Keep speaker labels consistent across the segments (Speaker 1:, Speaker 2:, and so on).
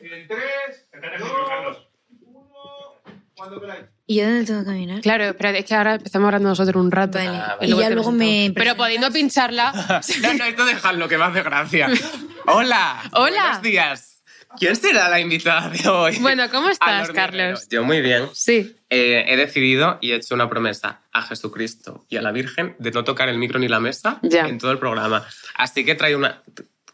Speaker 1: En 3,
Speaker 2: Tratar de
Speaker 1: 2,
Speaker 2: colocarlos.
Speaker 1: 1, cuando queráis.
Speaker 3: ¿Y yo dónde tengo que caminar?
Speaker 4: Claro, espérate, es que ahora empezamos hablando nosotros un rato.
Speaker 3: Vale.
Speaker 5: Ah,
Speaker 3: Y ya
Speaker 4: te
Speaker 3: luego
Speaker 4: presento.
Speaker 3: me.
Speaker 4: Pero
Speaker 3: presentas.
Speaker 4: podiendo pincharla.
Speaker 5: No, no, esto dejadlo, que me hace gracia. Hola.
Speaker 4: Hola.
Speaker 5: Buenos días. ¿Quién será la invitada de hoy?
Speaker 4: Bueno, ¿cómo estás,
Speaker 5: Alor Guerrero.
Speaker 4: Carlos?
Speaker 5: Yo muy bien.
Speaker 4: Sí.
Speaker 5: Eh, he decidido y he hecho una promesa a Jesucristo y a la Virgen de no tocar el micro ni la mesa
Speaker 4: Ya.
Speaker 5: en todo el programa. Así que traigo una...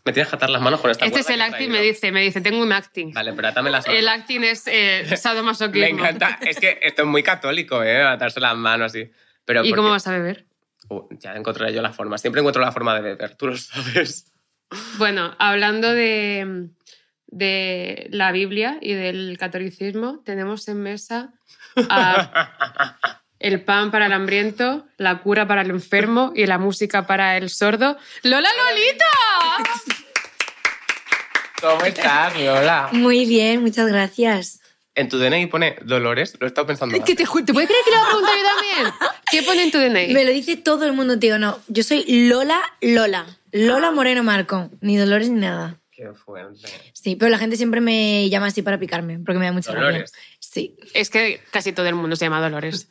Speaker 5: Me tienes que atar las manos con esta
Speaker 4: Este es
Speaker 5: cuerda
Speaker 4: el
Speaker 5: que he
Speaker 4: acting, me
Speaker 5: traído.
Speaker 4: dice, me dice, tengo un acting.
Speaker 5: Vale, pero atame las manos.
Speaker 4: El acting es eh, sadomasoquismo.
Speaker 5: Me encanta. Es que esto es muy católico, ¿eh? Atarse las manos y... Pero
Speaker 4: ¿Y
Speaker 5: porque-
Speaker 4: cómo vas a beber?
Speaker 5: Uh, ya encontraré yo la forma. Siempre encuentro la forma de beber, tú lo sabes.
Speaker 4: Bueno, hablando de, de la Biblia y del catolicismo, tenemos en mesa a el pan para el hambriento, la cura para el enfermo y la música para el sordo. ¡Lola Lolita!
Speaker 5: ¿Cómo estás, Lola?
Speaker 3: Muy bien, muchas gracias.
Speaker 5: En tu DNI pone Dolores, lo he estado pensando.
Speaker 4: Que te, ju- ¿Te puedes creer que lo he preguntado yo también? ¿Qué pone en tu DNI?
Speaker 3: Me lo dice todo el mundo, tío. No, yo soy Lola Lola. Lola Moreno Marco. Ni dolores ni nada.
Speaker 5: Qué fuerte.
Speaker 3: Sí, pero la gente siempre me llama así para picarme, porque me da mucha rabia.
Speaker 5: Dolores.
Speaker 3: Sí.
Speaker 4: Es que casi todo el mundo se llama Dolores.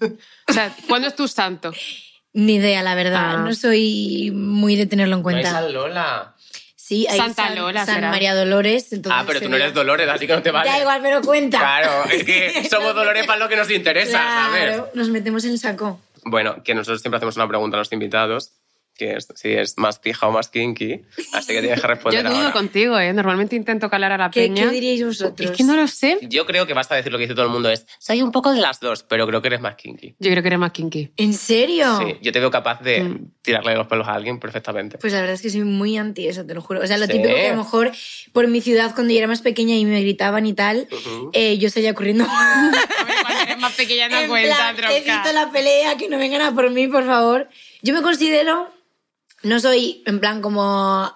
Speaker 4: O sea, ¿cuándo es tu santo?
Speaker 5: Pues
Speaker 3: Ni idea, la verdad.
Speaker 4: Ah.
Speaker 3: No soy muy de tenerlo en
Speaker 5: No es
Speaker 3: cuenta.
Speaker 5: a Lola.
Speaker 3: Sí, hay
Speaker 4: Santa
Speaker 3: San,
Speaker 4: Lola
Speaker 3: San
Speaker 4: será.
Speaker 3: María Dolores. entonces
Speaker 5: Ah, pero tú no
Speaker 3: sería-
Speaker 5: eres Dolores, así que no te vale.
Speaker 3: Da igual, pero cuenta.
Speaker 5: Claro, es que somos Dolores para lo que nos interesa,
Speaker 3: Claro,
Speaker 5: ¿sabes?
Speaker 3: nos metemos en el saco.
Speaker 5: Bueno, que nosotros siempre hacemos una pregunta a los invitados, que es si es más pija o más kinky, así que tienes
Speaker 4: Yo
Speaker 5: que responder
Speaker 4: digo
Speaker 5: ahora.
Speaker 4: contigo, ¿eh? Normalmente intento calar a la
Speaker 3: ¿Qué,
Speaker 4: peña.
Speaker 3: qué diríais vosotros?
Speaker 4: es que no lo sé.
Speaker 5: Yo creo que basta decir lo que dice todo el mundo, es soy un poco de las dos, pero creo que eres más kinky.
Speaker 4: Yo creo que eres más kinky.
Speaker 3: ¿En serio?
Speaker 5: Sí, yo te veo capaz de tirarle los pelos a alguien perfectamente.
Speaker 3: Mm. Pues la verdad es que soy muy anti eso, te lo juro. O sea, lo
Speaker 5: Sí.
Speaker 3: típico que a lo mejor por mi ciudad cuando yo era más pequeña y me gritaban y tal, eh, yo salía corriendo.
Speaker 4: cuando eres más pequeña
Speaker 3: En plan, evito la pelea, que no vengan a por mí, por favor. Yo me considero, no soy en plan como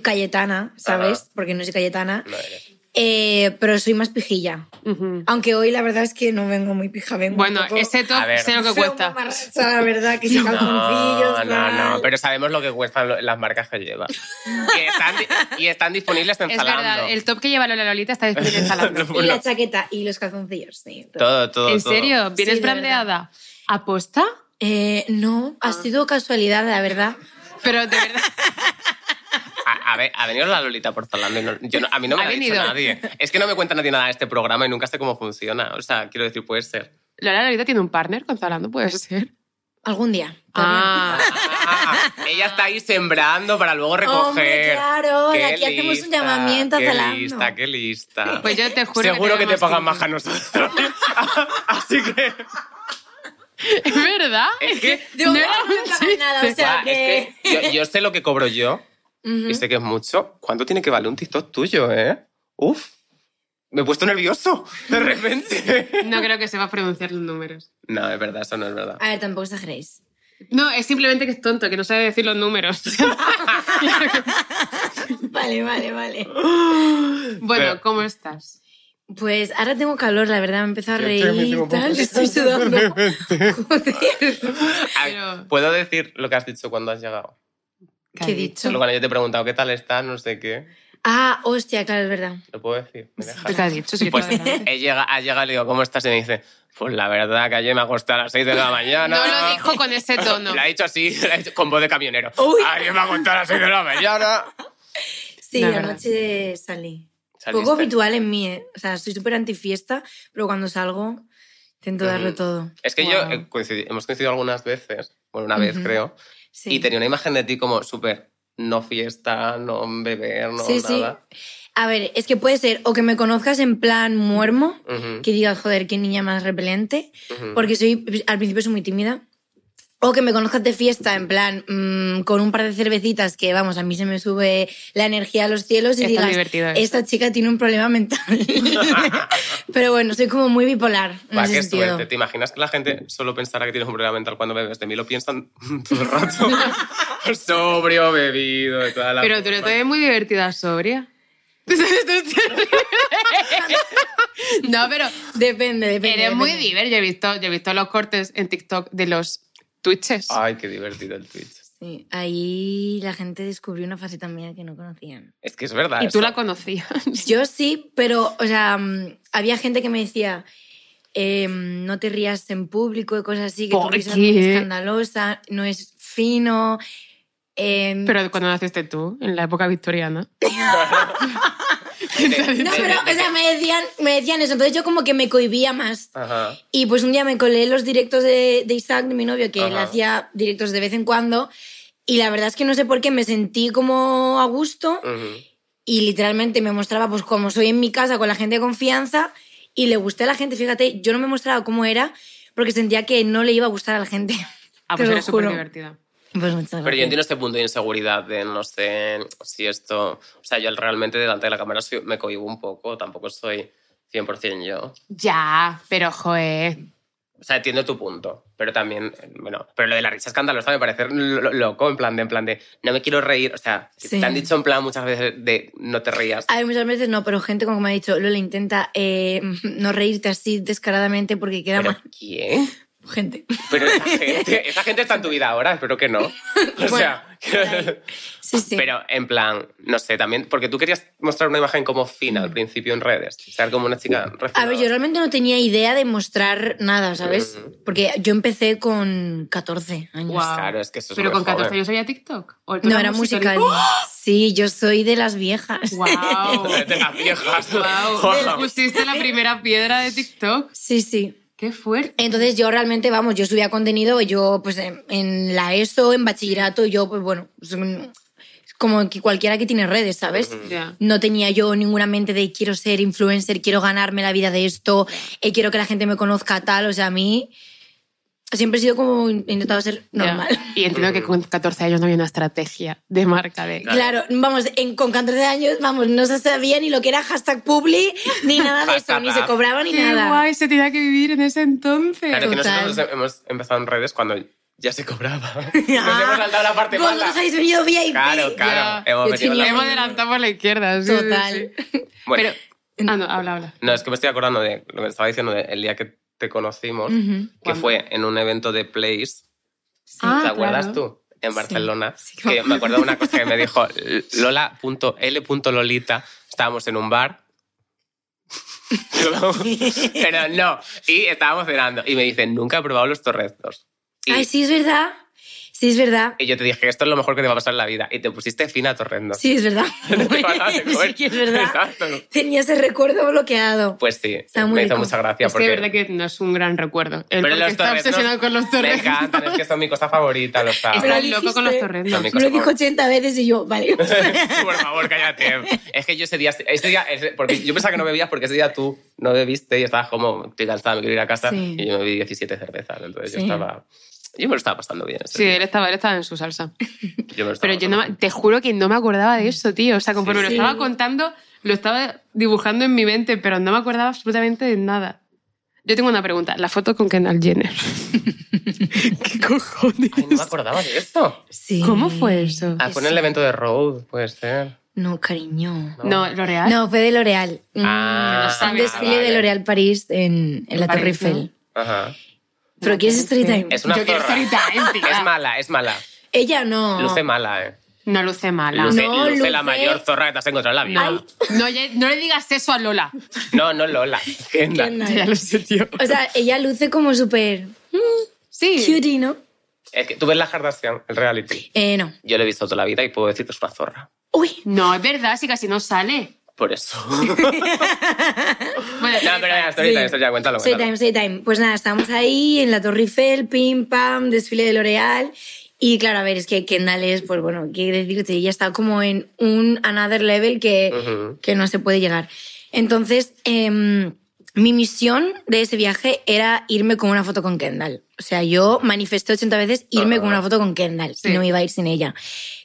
Speaker 3: Cayetana, ¿sabes?
Speaker 5: Ajá.
Speaker 3: Porque no soy Cayetana,
Speaker 5: No eres.
Speaker 3: eh, pero soy más pijilla.
Speaker 4: Ujú.
Speaker 3: Aunque hoy la verdad es que no vengo muy pija, vengo
Speaker 4: Bueno,
Speaker 3: un poco-
Speaker 4: ese top
Speaker 5: A ver.
Speaker 4: sé lo que
Speaker 3: soy
Speaker 4: cuesta.
Speaker 3: un mamarracha, la verdad, que sin calzoncillos,
Speaker 5: No, no, no,
Speaker 3: tal.
Speaker 5: pero sabemos lo que cuestan lo- las marcas que lleva. y, están, di- y están disponibles en
Speaker 4: Es
Speaker 5: Zalando.
Speaker 4: verdad, el top que lleva Lola Lolita está disponible en Zalando.
Speaker 3: Y la chaqueta y los calzoncillos, sí.
Speaker 5: Todo, todo.
Speaker 4: ¿En
Speaker 5: todo.
Speaker 4: serio? ¿Vienes
Speaker 3: Sí, de
Speaker 4: brandeada? ¿Aposta?
Speaker 3: Eh, no, ha sido casualidad, la verdad.
Speaker 4: Pero de verdad.
Speaker 5: A, a ver, ha venido la Lolita por Zalando. y no- yo no- a mí no me
Speaker 4: Ha
Speaker 5: lo ha dicho
Speaker 4: venido.
Speaker 5: nadie. Es que no me cuenta nadie nada de este programa y nunca sé cómo funciona. O sea, quiero decir, puede ser.
Speaker 4: Lola Lolita tiene un partner con Zalando, puede ser.
Speaker 3: Algún día.
Speaker 4: Ah.
Speaker 5: Ah, ella está ahí sembrando para luego recoger.
Speaker 3: Hombre, claro,
Speaker 5: Qué
Speaker 3: aquí hacemos un llamamiento a
Speaker 5: Qué
Speaker 3: Zalando.
Speaker 5: lista, qué lista.
Speaker 4: Pues yo te juro
Speaker 5: Seguro que,
Speaker 4: veo
Speaker 5: te pagan
Speaker 4: kinky.
Speaker 5: más a nosotros. Así que.
Speaker 4: ¿Es verdad?
Speaker 5: Es que.
Speaker 3: Digo, no,
Speaker 4: No era un
Speaker 3: me pagan nada, o sea
Speaker 5: Guau,
Speaker 3: que... Mm.
Speaker 5: es que este yo, yo sé lo que cobro yo
Speaker 3: Ujú.
Speaker 5: y sé que es mucho. ¿Cuánto tiene que valer un TikTok tuyo, eh? Uf. Me he puesto nervioso de repente.
Speaker 4: No creo que sepas pronunciar los números.
Speaker 5: No, es verdad, eso no es verdad.
Speaker 3: A ver, tampoco exageréis.
Speaker 4: No, es simplemente que es tonto, que no sabe decir los números.
Speaker 3: Vale, vale, vale.
Speaker 4: bueno,
Speaker 5: Pero-
Speaker 4: ¿cómo estás?
Speaker 3: Pues ahora tengo calor, la verdad, me empezó a
Speaker 5: Yo también
Speaker 3: reír
Speaker 5: tengo
Speaker 3: y tal,
Speaker 5: poco.
Speaker 3: estoy sudando. Joder.
Speaker 5: Ay,
Speaker 4: pero-
Speaker 5: ¿Puedo decir lo que has dicho cuando has llegado?
Speaker 3: ¿Qué he dicho?
Speaker 5: Solo cuando yo te he preguntado qué tal estás, no sé qué.
Speaker 3: Ah, hostia, claro, es verdad.
Speaker 5: ¿Lo puedo decir? ¿Me dejas?
Speaker 4: ¿Qué has dicho? Sí,
Speaker 5: Pues
Speaker 4: todo el rato.
Speaker 5: he llegado, ha llegado y le digo, ¿cómo estás? Y me dice, pues la verdad que ayer me acosté a las 6 de la mañana.
Speaker 4: No lo dijo con ese tono.
Speaker 5: Lo ha dicho así, lo ha dicho con voz de camionero.
Speaker 3: Uy.
Speaker 5: Ayer me acosté a las 6 de la mañana.
Speaker 3: Sí,
Speaker 4: La
Speaker 3: la,
Speaker 4: verdad.
Speaker 3: noche salí.
Speaker 5: Saliste.
Speaker 3: Poco habitual en mí, ¿eh? O sea, soy súper antifiesta, pero cuando salgo intento darlo
Speaker 5: Ujú.
Speaker 3: todo.
Speaker 5: Es que
Speaker 4: Wow.
Speaker 5: yo eh, coincidi- hemos coincidido algunas veces, bueno, una vez
Speaker 3: Ujú.
Speaker 5: creo,
Speaker 3: Sí.
Speaker 5: y tenía una imagen de ti como súper no fiesta, no beber, no
Speaker 3: Sí, sí.
Speaker 5: nada.
Speaker 3: A ver, es que puede ser o que me conozcas en plan muermo,
Speaker 5: Ujú,
Speaker 3: que digas, joder, qué niña más repelente,
Speaker 5: ujú.
Speaker 3: porque soy, al principio soy muy tímida. O que me conozcas de fiesta, en plan, mm, con un par de cervecitas que, vamos, a mí se me sube la energía a los cielos y
Speaker 4: Es tan
Speaker 3: digas,
Speaker 4: divertido eso.
Speaker 3: esta chica tiene un problema mental. Pero bueno, soy como muy bipolar en
Speaker 5: Va,
Speaker 3: ese
Speaker 5: qué
Speaker 3: sentido.
Speaker 5: suerte. ¿Te imaginas que la gente solo pensará que tienes un problema mental cuando bebes? De mí lo piensan todo el rato. Sobrio, bebido, de toda la
Speaker 4: Pero tú lo
Speaker 5: forma.
Speaker 4: te ves muy divertida sobria. no, pero
Speaker 3: Depende, depende.
Speaker 4: eres muy
Speaker 3: depende.
Speaker 4: divertida. Yo he visto, yo he visto los cortes en TikTok de los twitches.
Speaker 5: Ah, Ay, qué divertido el Twitch.
Speaker 3: Sí, ahí la gente descubrió una faceta mía que no conocían.
Speaker 5: Es que es verdad.
Speaker 4: Y tú
Speaker 5: eso.
Speaker 4: la conocías.
Speaker 3: Yo sí, pero, o sea, mm, había gente que me decía, em, no te rías en público y cosas así, que tu
Speaker 4: ¿Por
Speaker 3: risa es muy
Speaker 4: qué?
Speaker 3: escandalosa, no es fino. em,
Speaker 4: Pero cuando naciste tú, en la época victoriana.
Speaker 3: no, pero, o sea, me decían, me decían eso, entonces yo como que me cohibía más.
Speaker 5: Ajá.
Speaker 3: Y pues un día me colé los directos de, de Isaac, de mi novio, que él
Speaker 5: Ajá.
Speaker 3: hacía directos de vez en cuando. Y la verdad es que no sé por qué me sentí como a gusto
Speaker 5: Ujú.
Speaker 3: y literalmente me mostraba pues como soy en mi casa con la gente de confianza y le gusté a la gente. Fíjate, yo no me mostraba cómo era porque sentía que no le iba a gustar a la gente.
Speaker 4: Ah,
Speaker 3: Te
Speaker 4: pues
Speaker 3: lo
Speaker 4: eres
Speaker 3: juro.
Speaker 4: súper divertida.
Speaker 3: Pues muchas
Speaker 5: Pero yo
Speaker 3: gracias.
Speaker 5: entiendo este punto de inseguridad de no sé si esto... O sea, yo realmente delante de la cámara soy- me cohibo un poco, tampoco soy 100% yo.
Speaker 4: Ya, pero joder.
Speaker 5: O sea, entiendo tu punto, pero también, bueno, pero lo de la risa escandalosa me parece lo- lo- loco, en plan de, en plan de, no me quiero reír, o sea,
Speaker 3: Sí.
Speaker 5: te han dicho en plan muchas veces de no te rías.
Speaker 3: A ver, muchas veces no, pero gente como que me ha dicho, Lola, intenta eh, no reírte así descaradamente porque queda
Speaker 5: Pero,
Speaker 3: mal.
Speaker 5: ¿quién?
Speaker 3: Gente.
Speaker 5: Pero esa gente, esa gente está en tu vida ahora, espero que no. O sea,
Speaker 3: Sí, sí.
Speaker 5: pero en plan, no sé, también, porque tú querías mostrar una imagen como fina al principio en redes, ser como una chica
Speaker 3: Mm. A
Speaker 5: refinada.
Speaker 3: ver, yo realmente no tenía idea de mostrar nada, ¿sabes?
Speaker 5: Ujú.
Speaker 3: Porque yo empecé con 14 años.
Speaker 4: Guau.
Speaker 5: Pues Claro, es que eso es
Speaker 4: Ah, Pero
Speaker 5: muy
Speaker 4: con 14
Speaker 5: joven.
Speaker 4: años había TikTok. ¿O tú
Speaker 3: No,
Speaker 4: eras
Speaker 3: era musical.
Speaker 5: ¡Oh!
Speaker 3: Sí, yo soy de las viejas.
Speaker 4: ¡Wow!
Speaker 5: De las viejas.
Speaker 4: ¡Wow! Pusiste la primera piedra de TikTok.
Speaker 3: Sí, sí.
Speaker 4: ¡Qué fuerte!
Speaker 3: Entonces yo realmente, vamos, yo subía contenido, yo pues en, en la ESO, en bachillerato, yo pues bueno, pues, mm, como que cualquiera que tiene redes, ¿sabes?
Speaker 4: Ya.
Speaker 3: No tenía yo ninguna mente de quiero ser influencer, quiero ganarme la vida de esto, eh, quiero que la gente me conozca tal, o sea, a mí siempre he sido como he intentado ser
Speaker 4: ya.
Speaker 3: normal.
Speaker 4: Y entiendo que con 14 años no había una estrategia de marca de.
Speaker 3: Claro, vamos, en, con 14 años, vamos, no se sabía ni lo que era hashtag publi, ni nada de eso, ni se cobraba ni
Speaker 4: ¡Qué
Speaker 3: nada.
Speaker 4: guay! Se tenía que vivir en ese entonces.
Speaker 5: Claro que
Speaker 3: Total.
Speaker 5: nosotros hemos empezado en redes cuando ya se cobraba. Nos hemos saltado la parte
Speaker 3: Vosotros
Speaker 5: mala.
Speaker 3: habéis venido VIP.
Speaker 5: Claro,
Speaker 4: Ya.
Speaker 5: claro. Hemos
Speaker 3: Yo
Speaker 5: metido
Speaker 3: tenía
Speaker 5: la-
Speaker 4: Hemos adelantado por la izquierda. sí, sí,
Speaker 3: Total.
Speaker 4: sí.
Speaker 5: Bueno,
Speaker 4: Pero. Ah, no, habla, habla.
Speaker 5: no, es que me estoy acordando de lo que te estaba diciendo del día que te conocimos,
Speaker 4: Mm,
Speaker 3: Ujú.
Speaker 5: que
Speaker 4: ¿Cuándo?
Speaker 5: fue en un evento de Place.
Speaker 4: Ah,
Speaker 5: ¿Te acuerdas
Speaker 4: claro.
Speaker 5: tú? En
Speaker 3: Sí.
Speaker 5: Barcelona.
Speaker 3: Sí,
Speaker 5: que me acuerdo de una cosa que me dijo Lola.l.lolita. Estábamos en un bar. Pero no. Y estábamos cenando. Y me dice, nunca he probado los torrestos. Y-
Speaker 3: Ay, sí, es verdad. Sí, es verdad.
Speaker 5: Y yo te dije, esto es lo mejor que te va a pasar en la vida. Y te pusiste fina torrendo.
Speaker 3: Sí, es verdad.
Speaker 5: Te pasaste,
Speaker 3: sí,
Speaker 5: joder.
Speaker 3: que es verdad.
Speaker 5: Exacto.
Speaker 3: Tenía ese recuerdo bloqueado.
Speaker 5: Pues sí,
Speaker 3: Está muy
Speaker 5: me hizo
Speaker 3: rico.
Speaker 5: mucha gracia.
Speaker 4: Es que
Speaker 5: porque...
Speaker 4: de verdad que no es un gran recuerdo. El
Speaker 5: Pero
Speaker 4: porque
Speaker 5: los
Speaker 4: está
Speaker 5: torrendos
Speaker 4: obsesionado con los
Speaker 5: Me
Speaker 4: torres.
Speaker 5: encantan, es que son mi cosa favorita, lo sabes.
Speaker 4: Está
Speaker 3: Pero
Speaker 4: loco con
Speaker 3: dijiste-
Speaker 4: los torrendos.
Speaker 5: También.
Speaker 3: Me lo dijo 80 veces y yo, vale.
Speaker 5: Por favor, cállate. Es que yo ese día, ese día ese- porque yo pensaba que no bebías porque ese día tú no bebiste y estabas como, estoy cansada, me quiero ir a casa.
Speaker 3: Sí.
Speaker 5: Y yo me bebí 17 cervezas, entonces yo
Speaker 3: Sí.
Speaker 5: estaba... Yo me lo estaba pasando bien. ese
Speaker 4: Sí,
Speaker 5: día.
Speaker 4: él estaba, él estaba en su salsa.
Speaker 5: Yo me lo estaba
Speaker 4: Pero yo no,
Speaker 5: pasando
Speaker 4: me- te juro que no me acordaba de eso, tío. O sea, conforme
Speaker 5: Sí,
Speaker 4: lo
Speaker 5: sí.
Speaker 4: estaba contando, lo estaba dibujando en mi mente, pero no me acordaba absolutamente de nada. Yo tengo una pregunta. La foto con Kendall Jenner. ¿Qué cojones?
Speaker 5: bien. Ay, no me acordaba de esto.
Speaker 3: Sí.
Speaker 4: ¿Cómo fue eso?
Speaker 5: Ah, fue en el evento de Road, puede ser.
Speaker 3: No, cariño.
Speaker 4: No, lo real.
Speaker 3: No, fue de L'Oreal. Mm,
Speaker 5: Ah,
Speaker 3: un desfile
Speaker 5: vale.
Speaker 3: de L'Oreal París en, en la Torre
Speaker 4: París, ¿no?
Speaker 3: Eiffel.
Speaker 5: Ajá.
Speaker 3: ¿Pero quieres story time?
Speaker 5: Es una
Speaker 4: Yo quiero
Speaker 5: zorra.
Speaker 4: story time, tía.
Speaker 5: Es mala, es mala.
Speaker 3: Ella no.
Speaker 5: Luce mala, eh.
Speaker 4: No luce mala.
Speaker 5: Luce,
Speaker 3: No,
Speaker 5: luce la
Speaker 3: luce-
Speaker 5: mayor zorra que te has encontrado en la vida.
Speaker 4: No, no, ya- no le digas eso a Lola.
Speaker 5: No, no Lola. Kendall.
Speaker 3: Kendall.
Speaker 4: Ya lo sé, tío.
Speaker 3: O sea, ella luce como súper
Speaker 4: Sí.
Speaker 3: cutie, ¿no?
Speaker 5: Es que tú ves la Kardashian, el reality.
Speaker 3: Eh, no.
Speaker 5: Yo lo he visto toda la vida y puedo decir que es una zorra.
Speaker 3: Uy,
Speaker 4: No, es verdad, sí, casi no sale.
Speaker 5: Por eso. no,
Speaker 4: Bueno,
Speaker 5: pero venga, story time, story time, cuéntalo.
Speaker 3: Story
Speaker 5: cuéntalo.
Speaker 3: time, story time. Pues nada, estábamos ahí en la Torre Eiffel, pim, pam, desfile de L'Oreal. Y claro, a ver, es que Kendall es, pues bueno, qué decirte, ella está como en un another level que,
Speaker 5: Ujú.
Speaker 3: que no se puede llegar. Entonces, em, mi misión de ese viaje era irme con una foto con Kendall. O sea, yo manifesté 80 veces irme
Speaker 5: Ajá.
Speaker 3: con una foto con Kendall.
Speaker 4: Sí.
Speaker 3: No me iba a ir sin ella.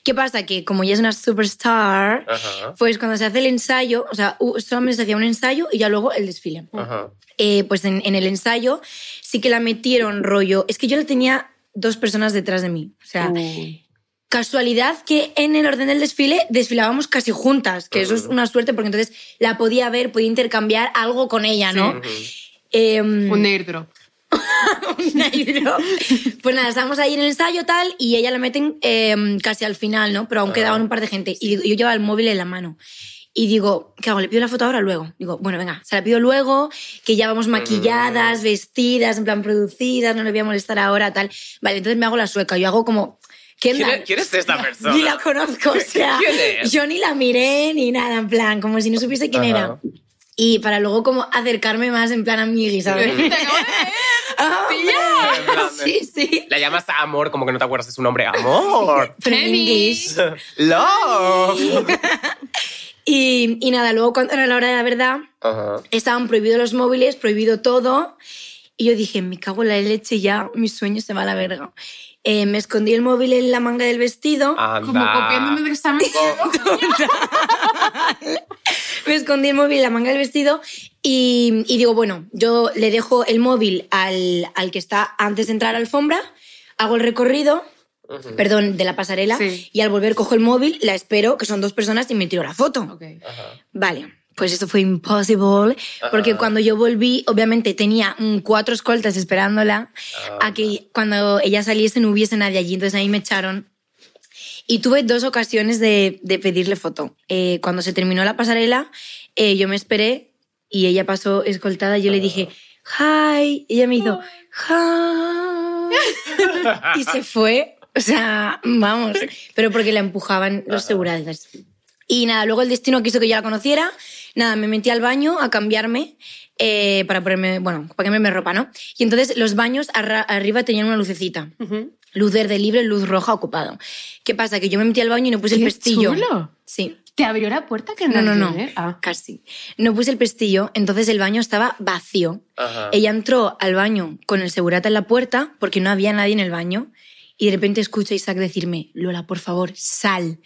Speaker 3: ¿Qué pasa? Que como ella es una superstar,
Speaker 5: Ajá.
Speaker 3: pues cuando se hace el ensayo, o sea, u- solamente se hacía un ensayo y ya luego el desfile.
Speaker 5: Ajá.
Speaker 3: Eh, pues en, en el ensayo sí que la metieron rollo. Es que yo la tenía dos personas detrás de mí. O sea,
Speaker 4: Uy.
Speaker 3: casualidad que en el orden del desfile desfilábamos casi juntas, que eso es una suerte porque entonces la podía ver, podía intercambiar algo con ella, ¿no?
Speaker 5: Ujú.
Speaker 4: Mm.
Speaker 3: Em,
Speaker 4: Un airdrop.
Speaker 3: un aire, ¿no? Pues nada, estábamos ahí en el ensayo tal y ella la meten eh, casi al final, ¿no? Pero aún
Speaker 5: Ah.
Speaker 3: quedaban un par de gente y digo- yo llevaba el móvil en la mano. Y digo, ¿qué hago? ¿Le pido la foto ahora o luego? Digo, bueno, venga, se la pido luego, que ya vamos maquilladas, vestidas, en plan producidas, no le voy a molestar ahora, tal. Vale, entonces me hago la sueca. Yo hago como...
Speaker 5: ¿Quién,
Speaker 3: Kendall,
Speaker 5: es- quién es esta persona?
Speaker 3: ni la conozco, o sea,
Speaker 5: ¿Quién es?
Speaker 3: yo ni la miré ni nada, en plan, como si no supiese quién
Speaker 5: Ajá.
Speaker 3: era. Y para luego como acercarme más en plan amigui, ¿sabes? Ah,
Speaker 4: Te acabo de ver.
Speaker 3: ¡Hombre!
Speaker 5: En plan de-
Speaker 3: Sí, sí.
Speaker 5: La llamas Amor, como que no te acuerdas de su nombre. Amor.
Speaker 3: Pero en
Speaker 4: Penny.
Speaker 3: inglés.
Speaker 5: Love.
Speaker 3: Y, y nada, luego cuando era la hora de la verdad,
Speaker 5: Ajá.
Speaker 3: estaban prohibidos los móviles, prohibido todo. Y yo dije, me cago en la leche ya, mi sueño se va a la verga. Eh, me escondí el móvil en la manga del vestido.
Speaker 5: Anda.
Speaker 4: Como copiándome del examen.
Speaker 3: me escondí el móvil en la manga del vestido y, y digo, bueno, yo le dejo el móvil al, al que está antes de entrar a la alfombra, hago el recorrido,
Speaker 5: Ujú.
Speaker 3: perdón, de la pasarela
Speaker 4: Sí.
Speaker 3: y al volver cojo el móvil, la espero, que son dos personas y me tiro la foto.
Speaker 4: Ok.
Speaker 5: Ajá.
Speaker 3: Vale. Pues esto fue imposible, porque
Speaker 5: Ah.
Speaker 3: cuando yo volví, obviamente tenía mm, cuatro escoltas esperándola a que cuando ella saliese no hubiese nadie allí, entonces ahí me echaron. Y tuve dos ocasiones de, de pedirle foto. Eh, cuando se terminó la pasarela, eh, yo me esperé y ella pasó escoltada. Yo le dije, hi. Ella me hizo, hi. y se fue. O sea, vamos. Pero porque la empujaban los seguridades. Y nada, luego el destino quiso que yo la conociera. Nada, me metí al baño a cambiarme eh, para ponerme, bueno, para cambiarme ropa, ¿no? Y entonces los baños arra- arriba tenían una lucecita.
Speaker 4: Ujú.
Speaker 3: Luz verde libre, luz roja ocupado. ¿Qué pasa? Que yo me metí al baño y no puse Pues el
Speaker 4: ¡Qué
Speaker 3: pestillo.
Speaker 4: chulo!
Speaker 3: Sí.
Speaker 4: ¿Te abrió la puerta que
Speaker 3: No, no, no.
Speaker 4: Ah.
Speaker 3: Casi. No puse el pestillo, entonces el baño estaba vacío.
Speaker 5: Ajá.
Speaker 3: Ella entró al baño con el segurata en la puerta porque no había nadie en el baño y de repente escucho a Isaac decirme, Lola, por favor, sal.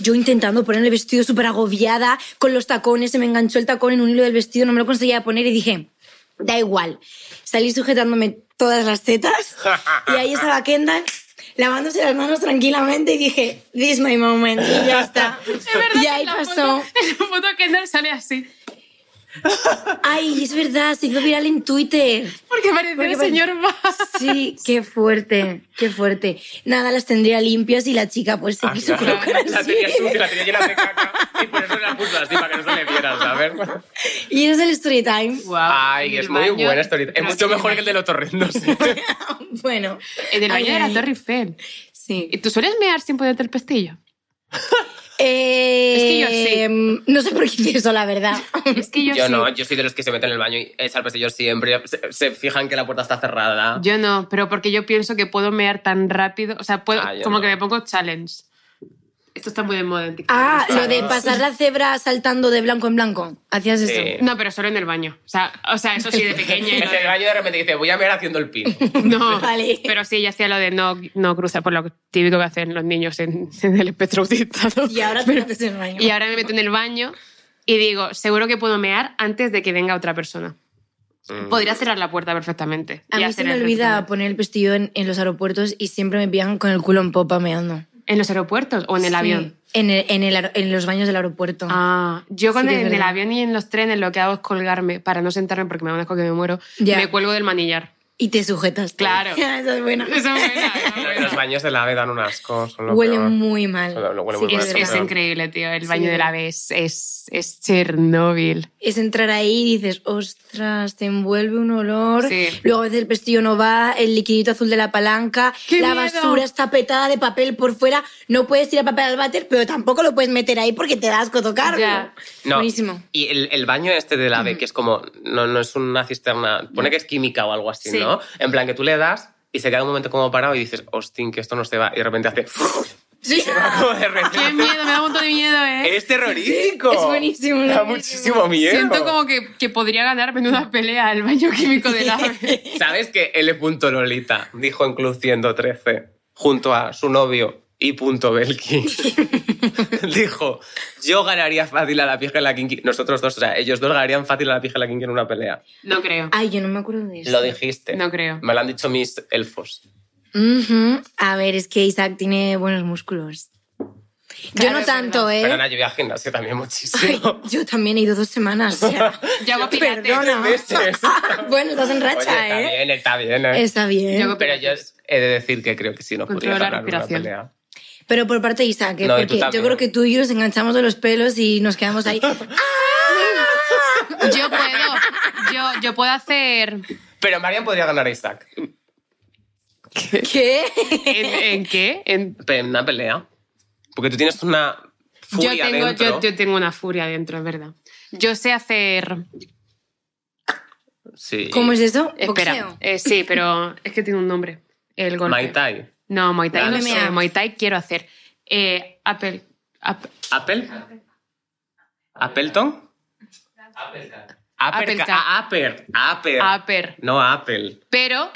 Speaker 3: Yo intentando ponerle el vestido súper agobiada, con los tacones, se me enganchó el tacón en un hilo del vestido, no me lo conseguía poner y dije, da igual. Salí sujetándome todas las tetas y ahí estaba Kendall lavándose las manos tranquilamente y dije, this my moment y ya está. y ahí
Speaker 4: La
Speaker 3: pasó.
Speaker 4: foto- la foto Kendall sale así.
Speaker 3: Ay, es verdad, se hizo viral en Twitter.
Speaker 4: Porque parece
Speaker 3: Porque
Speaker 4: el
Speaker 3: pare-
Speaker 4: señor más.
Speaker 3: Sí, qué fuerte, qué fuerte. Nada, las tendría limpias y la chica pues se
Speaker 5: Ah,
Speaker 3: quiso
Speaker 5: claro.
Speaker 3: colocar
Speaker 5: La
Speaker 3: así.
Speaker 5: tenía sucia, la tenía llena de caca y ponerle la puta así para que no se le vieran, ¿sabes?
Speaker 3: Y es el story time.
Speaker 4: Wow, en
Speaker 5: Ay,
Speaker 4: el
Speaker 5: Ah, es muy
Speaker 4: baño-
Speaker 5: buena story. Es
Speaker 4: Pero
Speaker 5: mucho
Speaker 4: sí,
Speaker 5: mejor que el de los torrendos.
Speaker 3: Bueno.
Speaker 4: En el baño
Speaker 3: Ay,
Speaker 4: de la
Speaker 3: ay,
Speaker 4: Torre Eiffel.
Speaker 3: Sí.
Speaker 4: ¿Y tú sueles mear sin ponerte el pestillo?
Speaker 3: Eh, No sé por qué hice eso, la verdad.
Speaker 4: Es que yo,
Speaker 5: Yo
Speaker 4: sí.
Speaker 5: no, yo soy de los que se meten en el baño y es al pasillo siempre. Se, se fijan que la puerta está cerrada.
Speaker 4: Yo no, pero porque yo pienso que puedo mear tan rápido. O sea, puedo,
Speaker 5: Ah, yo
Speaker 4: como
Speaker 5: no.
Speaker 4: que me pongo challenge. Esto está muy de moda en TikTok.
Speaker 3: Ah,
Speaker 5: Claro.
Speaker 3: lo de pasar la cebra saltando de blanco en blanco. ¿Hacías
Speaker 5: Sí.
Speaker 3: eso?
Speaker 4: No, pero solo en el baño. O sea, o sea eso sí, de pequeña. y
Speaker 5: En
Speaker 4: lo de-
Speaker 5: el baño de repente dice, voy a ver haciendo el pino.
Speaker 4: No,
Speaker 3: Vale.
Speaker 4: pero sí, ya hacía lo de no, no cruzar por lo típico que hacen los niños en, en el espectro autista. ¿no?
Speaker 3: Y ahora te metes en el baño.
Speaker 4: Y ahora me meto en el baño y digo, seguro que puedo mear antes de que venga otra persona. Podría cerrar la puerta perfectamente.
Speaker 3: A
Speaker 4: y
Speaker 3: mí se
Speaker 4: hacer
Speaker 3: me
Speaker 4: el
Speaker 3: olvida
Speaker 4: recorrido.
Speaker 3: poner el pestillo en, en los aeropuertos y siempre me pillan con el culo en popa meando.
Speaker 4: ¿En los aeropuertos o en el
Speaker 3: Sí,
Speaker 4: avión?
Speaker 3: En, el- en el aer- en los baños del aeropuerto.
Speaker 4: Ah, yo con
Speaker 3: Sí que es
Speaker 4: el, en el
Speaker 3: verdad.
Speaker 4: avión y en los trenes lo que hago es colgarme para no sentarme porque me da un asco que me muero.
Speaker 3: Ya.
Speaker 4: Me cuelgo del manillar.
Speaker 3: Y te sujetas. tú.
Speaker 4: Claro.
Speaker 3: Esa es buena.
Speaker 4: Eso es buena, eso es
Speaker 5: Los
Speaker 4: buena.
Speaker 5: baños del AVE dan un asco. Son lo
Speaker 3: Huele
Speaker 5: peor.
Speaker 3: muy mal.
Speaker 5: Lo- lo huele
Speaker 3: Sí,
Speaker 5: muy mal,
Speaker 4: Es,
Speaker 5: eso
Speaker 4: es
Speaker 5: creo.
Speaker 4: increíble, tío. El
Speaker 3: Sí,
Speaker 4: baño del
Speaker 3: verdad.
Speaker 4: ave es, es, es Chernóbil.
Speaker 3: Es entrar ahí y dices, ostras, te envuelve un olor.
Speaker 4: Sí.
Speaker 3: Luego a veces el pestillo no va, el liquidito azul de la palanca,
Speaker 4: ¡Qué
Speaker 3: la
Speaker 4: miedo!
Speaker 3: basura está petada de papel por fuera. No puedes tirar papel al váter, pero tampoco lo puedes meter ahí porque te da asco tocarlo.
Speaker 4: Ya.
Speaker 5: No,
Speaker 3: Buenísimo.
Speaker 5: Y el, el baño este del AVE, que es como, no, no es una cisterna, pone que es química o algo así,
Speaker 4: Sí.
Speaker 5: ¿no? En plan que tú le das y se queda un momento como parado y dices, hostia, que esto no se va. Y de repente hace...
Speaker 3: Sí.
Speaker 5: se va como de repente.
Speaker 4: ¡Qué miedo! Me da un montón de miedo, ¿eh?
Speaker 5: Es terrorífico.
Speaker 3: Es buenísimo,
Speaker 5: Da
Speaker 3: buenísimo.
Speaker 5: muchísimo miedo.
Speaker 4: Siento como que, que podría ganarme en una pelea al baño químico del ave.
Speaker 5: ¿Sabes que L. Lolita dijo en Club 113 junto a su novio y punto Belki? dijo, yo ganaría fácil a la pija y la kinky. Nosotros dos, o sea, ellos dos ganarían fácil a la pija y la kinky en una pelea.
Speaker 4: No creo.
Speaker 3: Ay, yo no me acuerdo de eso.
Speaker 5: Lo dijiste.
Speaker 4: No creo.
Speaker 5: Me lo han dicho mis elfos.
Speaker 3: Ujú. A ver, es que Isaac tiene buenos músculos. Yo
Speaker 4: Claro,
Speaker 3: no
Speaker 4: es
Speaker 3: tanto,
Speaker 4: verdad.
Speaker 5: Pero
Speaker 3: ¿eh?
Speaker 5: Ana, yo voy al gimnasio también muchísimo.
Speaker 3: Ay, yo también he ido dos semanas. o sea,
Speaker 4: Yo hago pilates.
Speaker 3: Perdona.
Speaker 5: Meses.
Speaker 3: bueno, estás en
Speaker 5: Oye,
Speaker 3: racha,
Speaker 5: está
Speaker 3: ¿eh?
Speaker 5: bien, está bien. ¿eh?
Speaker 3: Está bien.
Speaker 4: Yo-
Speaker 5: Pero yo he de decir que creo que sí nos
Speaker 4: Controla
Speaker 5: podría
Speaker 4: la
Speaker 5: ganar una
Speaker 4: respiración.
Speaker 5: pelea.
Speaker 3: Pero por parte de Isaac, ¿eh?
Speaker 5: No, y tú
Speaker 3: porque yo
Speaker 5: también.
Speaker 3: creo que tú y yo nos enganchamos de los pelos y nos quedamos ahí.
Speaker 4: Yo puedo, yo, yo puedo hacer.
Speaker 5: Pero Marian podría ganar a Isaac.
Speaker 3: ¿Qué?
Speaker 4: ¿En, en qué? En-
Speaker 5: Pe- En una pelea. Porque tú tienes una
Speaker 4: yo,
Speaker 5: furia
Speaker 4: tengo,
Speaker 5: dentro.
Speaker 4: yo, yo tengo una furia dentro, es verdad. Yo sé hacer.
Speaker 5: Sí.
Speaker 3: ¿Cómo es eso?
Speaker 4: Espera.
Speaker 3: ¿Boxeo?
Speaker 4: eh, sí, pero es que tiene un nombre. El golpe.
Speaker 5: Muay Thai.
Speaker 4: No, Muay Thai no
Speaker 3: MMA.
Speaker 4: sé. Muay Thai quiero hacer. Eh, Apple. Apple.
Speaker 5: ¿Apple? ¿Appleton? Apple.
Speaker 4: Apple.
Speaker 5: Apple. Apple.
Speaker 4: Apple.
Speaker 5: No Apple.
Speaker 4: Pero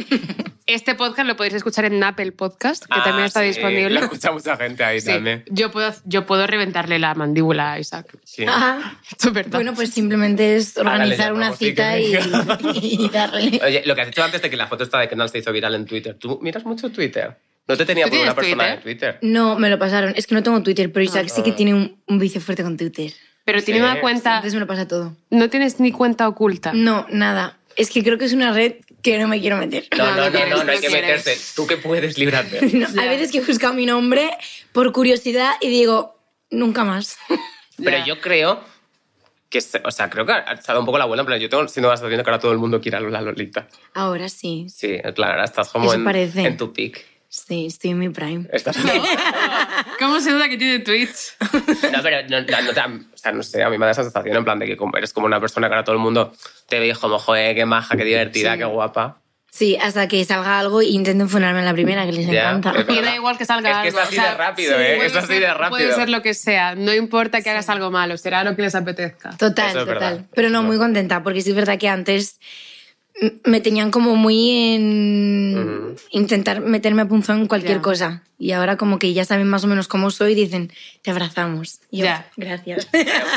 Speaker 4: este podcast lo podéis escuchar en Apple Podcast, que
Speaker 5: Ah,
Speaker 4: también está
Speaker 5: sí, Lo
Speaker 4: disponible.
Speaker 5: escucha mucha gente ahí
Speaker 4: Sí,
Speaker 5: también.
Speaker 4: yo, puedo, yo puedo reventarle la mandíbula a Isaac.
Speaker 5: Sí.
Speaker 3: Ah,
Speaker 4: Esto es verdad.
Speaker 3: bueno, pues simplemente es
Speaker 5: Ahora le
Speaker 3: organizar una
Speaker 5: llamamos, sí,
Speaker 3: cita y,
Speaker 5: que
Speaker 3: y darle.
Speaker 5: Oye, lo que has dicho antes de que la foto esta de que no se hizo viral en Twitter. ¿Tú miras mucho Twitter? No te tenía
Speaker 4: ¿Tú
Speaker 5: por una
Speaker 4: tienes
Speaker 5: persona de
Speaker 4: Twitter?
Speaker 5: Twitter.
Speaker 3: No, me lo pasaron. Es que no tengo Twitter, pero
Speaker 5: Ah,
Speaker 3: Isaac sí que tiene un, un vicio fuerte con Twitter.
Speaker 4: Pero tiene
Speaker 5: eh, Sí.
Speaker 4: una cuenta.
Speaker 3: Entonces me lo pasa todo.
Speaker 4: No tienes ni cuenta oculta.
Speaker 3: No, nada. Es que creo que es una red que no me quiero meter.
Speaker 5: No, no, no, no,
Speaker 4: quieres,
Speaker 5: no, hay
Speaker 4: no
Speaker 5: que
Speaker 4: quieres.
Speaker 5: meterse. Tú que puedes librarte.
Speaker 3: No, hay veces que he buscado mi nombre por curiosidad y digo, nunca más.
Speaker 5: Pero
Speaker 4: Ya.
Speaker 5: yo creo que, se- o sea, creo que ha estado un poco la buena, pero yo tengo siendo la sensación que ahora todo el mundo quiere a la Lolita.
Speaker 3: Ahora sí,
Speaker 5: Sí, claro, ahora estás como
Speaker 3: Eso
Speaker 5: en,
Speaker 3: parece.
Speaker 5: en tu pick.
Speaker 3: sí, estoy en mi prime.
Speaker 5: Estás...
Speaker 4: ¿Cómo se duda que tiene Twitch?
Speaker 5: No, pero no, no- no te- o sea, no sé, a mí me da esa sensación en plan de que como eres como una persona que ahora todo el mundo te ve y es como, joder, qué maja, qué divertida, qué guapa.
Speaker 3: Sí, hasta que salga algo e intenten funarme en la primera, que les
Speaker 5: Ya,
Speaker 3: encanta.
Speaker 5: es
Speaker 4: Y
Speaker 5: verdad.
Speaker 4: da igual que salga
Speaker 5: Es que
Speaker 4: algo.
Speaker 5: es así de rápido, ¿eh?
Speaker 4: puede
Speaker 5: Es así
Speaker 4: ser-
Speaker 5: de rápido.
Speaker 4: Puede ser lo que sea. No importa que hagas algo malo, será lo que les apetezca.
Speaker 3: Total,
Speaker 5: Eso es
Speaker 3: total.
Speaker 5: verdad.
Speaker 3: Pero no,
Speaker 5: No.
Speaker 3: muy contenta, porque sí es verdad que antes m- me tenían como muy en
Speaker 5: Ujú.
Speaker 3: intentar meterme a punzón en cualquier
Speaker 4: Ya.
Speaker 3: cosa. Y ahora como que ya saben más o menos cómo soy y dicen, te abrazamos. Y yo,
Speaker 4: Ya.
Speaker 3: gracias.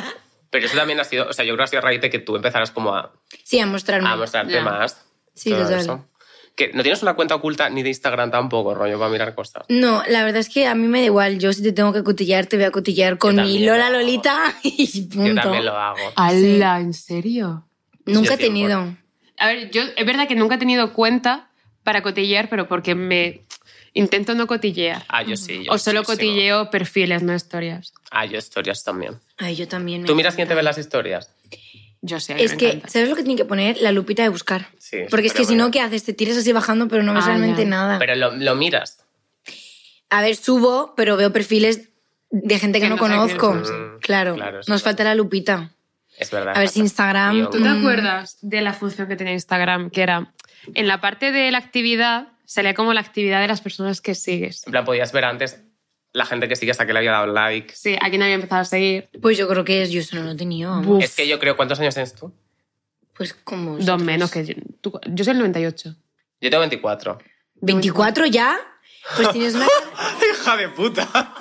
Speaker 5: Pero eso también ha sido, o sea, yo creo que ha sido a raíz de que tú empezaras como a,
Speaker 3: sí, a mostrarme.
Speaker 5: a mostrarte
Speaker 4: Ya.
Speaker 5: más.
Speaker 3: Sí,
Speaker 5: todo
Speaker 3: total.
Speaker 5: eso. Que no tienes una cuenta oculta ni de Instagram tampoco, rollo, para mirar cosas.
Speaker 3: No, la verdad es que a mí me da igual. Yo si te tengo que cotillar, te voy a cotillar con mi
Speaker 5: también
Speaker 3: Lola
Speaker 5: lo hago.
Speaker 3: Lolita y punto.
Speaker 5: Yo también lo hago.
Speaker 4: ¡Hala! ¿En serio?
Speaker 3: Nunca he
Speaker 5: Yo tiempo.
Speaker 3: tenido.
Speaker 4: A ver, yo es verdad que nunca he tenido cuenta para cotillear, pero porque me intento no cotillear.
Speaker 5: Ah, yo sí. yo
Speaker 4: O solo
Speaker 5: muchísimo.
Speaker 4: cotilleo perfiles, no historias.
Speaker 5: Ah, yo historias también.
Speaker 3: Ay, yo también. me
Speaker 5: ¿Tú miras quién
Speaker 3: encanta.
Speaker 5: te ve las historias?
Speaker 4: Yo sé, a mí
Speaker 3: Es
Speaker 4: me
Speaker 3: que,
Speaker 4: encanta.
Speaker 3: ¿sabes lo que tiene que poner? La lupita de buscar.
Speaker 5: Sí,
Speaker 3: Porque es que
Speaker 5: pero
Speaker 3: si no,
Speaker 5: bueno.
Speaker 3: ¿qué haces? Te tiras así bajando, pero no ves
Speaker 4: Ah,
Speaker 3: realmente
Speaker 4: ya.
Speaker 3: nada.
Speaker 5: Pero lo, lo miras.
Speaker 3: A ver, subo, pero veo perfiles de gente que,
Speaker 4: Que
Speaker 3: no,
Speaker 4: no sabes quién
Speaker 3: conozco.
Speaker 4: es,
Speaker 5: sí.
Speaker 3: Claro,
Speaker 5: Mm, Claro, eso
Speaker 3: nos
Speaker 5: es
Speaker 3: falta la lupita.
Speaker 5: Es verdad.
Speaker 3: A ver si Instagram...
Speaker 4: ¿Tú te
Speaker 3: mm,
Speaker 4: acuerdas de la función que tenía Instagram? Que era, en la parte de la actividad, salía como la actividad de las personas que sigues.
Speaker 5: En plan, podías ver antes la gente que sigue hasta que le había dado like.
Speaker 4: Sí, a quién había empezado a seguir.
Speaker 3: Pues yo creo que es, yo eso no lo he tenido. vamos.
Speaker 4: Buf.
Speaker 5: Es que yo creo, ¿cuántos años tienes tú?
Speaker 3: Pues como...
Speaker 4: Dos menos que yo. Tú- yo soy el 98.
Speaker 5: Yo tengo 24.
Speaker 3: ¿24 ya? Pues tienes una... cara-
Speaker 5: ¡Hija de puta!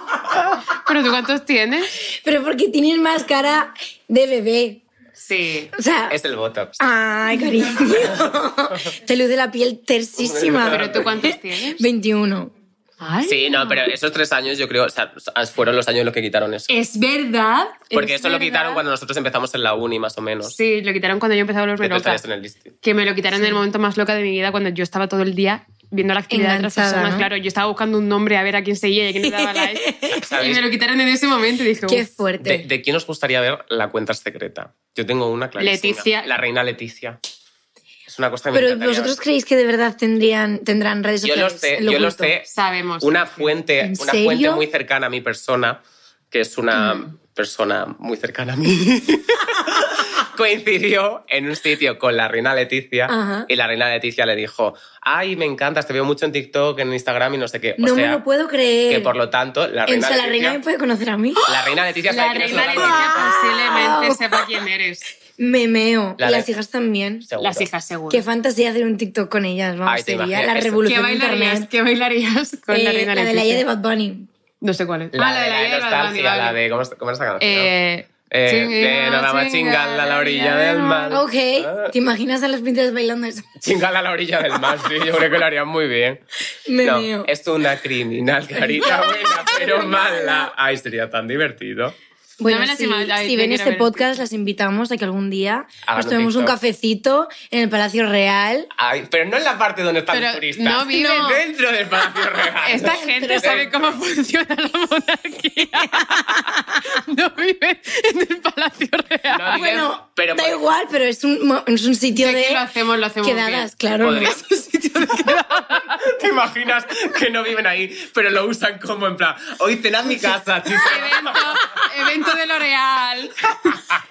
Speaker 4: ¿Pero tú cuántos tienes?
Speaker 3: Pero porque tienes más cara de bebé.
Speaker 4: Sí.
Speaker 3: O sea...
Speaker 5: Es el Botox.
Speaker 3: Ah, Ay, cariño. Te luce la piel tersísima.
Speaker 4: ¿Pero tú cuántos tienes?
Speaker 3: 21.
Speaker 4: Ay.
Speaker 5: Sí, no, pero esos tres años yo creo, o sea, fueron los años en los que quitaron eso.
Speaker 4: Es verdad.
Speaker 5: Porque
Speaker 4: es
Speaker 5: eso lo
Speaker 4: verdad.
Speaker 5: quitaron cuando nosotros empezamos en la uni, más o menos.
Speaker 4: Sí, lo quitaron cuando yo empezaba los
Speaker 5: que tú
Speaker 4: loca.
Speaker 5: estarías en el listing.
Speaker 4: Que me lo quitaron en el momento más loca de mi vida, cuando yo estaba todo el día viendo la actividad de
Speaker 3: Enganchada,
Speaker 4: otras personas.
Speaker 3: ¿no?
Speaker 4: Claro, yo estaba buscando un nombre a ver a quién seguía y a quién le daba like. y
Speaker 5: ¿Sabéis?
Speaker 4: me lo quitaron en ese momento y dije,
Speaker 3: Qué
Speaker 4: "Uf".
Speaker 3: fuerte.
Speaker 5: ¿De, de quién os gustaría ver la cuenta secreta? Yo tengo una clarísima.
Speaker 4: Leticia.
Speaker 5: La reina Leticia. Es una cosa que me
Speaker 3: Pero
Speaker 5: encantaría
Speaker 3: vosotros
Speaker 5: ver.
Speaker 3: creéis que de verdad tendrían, tendrán redes
Speaker 5: Yo
Speaker 3: sociales.
Speaker 5: lo sé,
Speaker 3: en
Speaker 5: yo lo
Speaker 3: oculto?
Speaker 5: sé.
Speaker 4: sabemos.
Speaker 5: Una fuente,
Speaker 3: ¿En
Speaker 5: una
Speaker 3: serio?
Speaker 5: fuente muy cercana a mi persona, que es una persona muy cercana a mí, coincidió en un sitio con la reina Leticia
Speaker 3: Ajá.
Speaker 5: y la reina Leticia le dijo, ay, me encantas, te veo mucho en TikTok, en Instagram y no sé qué. O
Speaker 3: No
Speaker 5: sea,
Speaker 3: me lo puedo creer.
Speaker 5: que por lo tanto la
Speaker 3: En
Speaker 5: reina
Speaker 3: sea, la
Speaker 5: Leticia...
Speaker 3: reina me puede conocer a mí.
Speaker 5: La reina Leticia sabe
Speaker 4: La
Speaker 5: quién es
Speaker 4: reina
Speaker 5: Lola
Speaker 4: Leticia
Speaker 5: Leticia.
Speaker 4: posiblemente
Speaker 3: ¡Wow!
Speaker 4: sepa quién eres.
Speaker 3: Me meo.
Speaker 5: La
Speaker 3: y las
Speaker 5: de-
Speaker 3: hijas también.
Speaker 5: Seguro.
Speaker 4: Las hijas, seguro.
Speaker 3: Qué fantasía hacer un TikTok con ellas. Vamos,
Speaker 5: Ay, te
Speaker 3: sería
Speaker 5: imaginas
Speaker 3: la
Speaker 5: eso.
Speaker 4: ¿Qué
Speaker 3: revolución de
Speaker 4: bailarías,
Speaker 3: internet.
Speaker 4: ¿Qué bailarías con la
Speaker 3: Eh,
Speaker 4: reina
Speaker 3: de la
Speaker 4: Leticia?
Speaker 3: I de Bad Bunny.
Speaker 4: No sé cuál es.
Speaker 5: La
Speaker 4: ah, la de la,
Speaker 5: la
Speaker 4: Yaya de Bad Bunny,
Speaker 5: nostalgia, la
Speaker 4: vale.
Speaker 5: de... ¿Cómo es, cómo es esa canción?
Speaker 4: Eh,
Speaker 5: Eh,
Speaker 4: Chinga,
Speaker 5: de nada más
Speaker 4: chinga,
Speaker 5: chingala a la orilla del mar.
Speaker 4: Ah.
Speaker 3: Ok, ¿te imaginas a las pintas bailando eso?
Speaker 5: Chingala a la orilla del mar, sí, yo creo que lo harían muy bien.
Speaker 3: Me
Speaker 5: no,
Speaker 3: meo.
Speaker 5: esto es una criminal, carita buena, pero mala. Ay, sería tan divertido.
Speaker 3: Bueno,
Speaker 4: me las
Speaker 3: si,
Speaker 4: imagino, David,
Speaker 3: si
Speaker 4: me
Speaker 3: ven
Speaker 4: quiero
Speaker 3: este
Speaker 4: ver.
Speaker 3: podcast, las invitamos a que algún día
Speaker 5: Hagan
Speaker 3: nos
Speaker 5: un
Speaker 3: tomemos un
Speaker 5: TikTok.
Speaker 3: cafecito en el Palacio Real.
Speaker 5: Ay, pero no en la parte donde están
Speaker 4: Pero
Speaker 5: los turistas.
Speaker 4: no viven- No.
Speaker 5: dentro del Palacio Real.
Speaker 4: Esta gente sabe cómo funciona la monarquía. No vive en el Palacio Real.
Speaker 5: No viven,
Speaker 3: Bueno,
Speaker 5: Ah, pero
Speaker 3: da
Speaker 5: por-
Speaker 3: igual, pero es un, mo- es un sitio
Speaker 4: Aquí lo
Speaker 3: de
Speaker 4: hacemos, lo hacemos
Speaker 3: quedadas, claro.
Speaker 5: Podría-
Speaker 3: ¿no?
Speaker 5: ¿Te imaginas que no viven ahí, pero lo usan como en plan, hoy cena en mi casa, chicos?
Speaker 4: bien. Evento, evento de L'Oreal.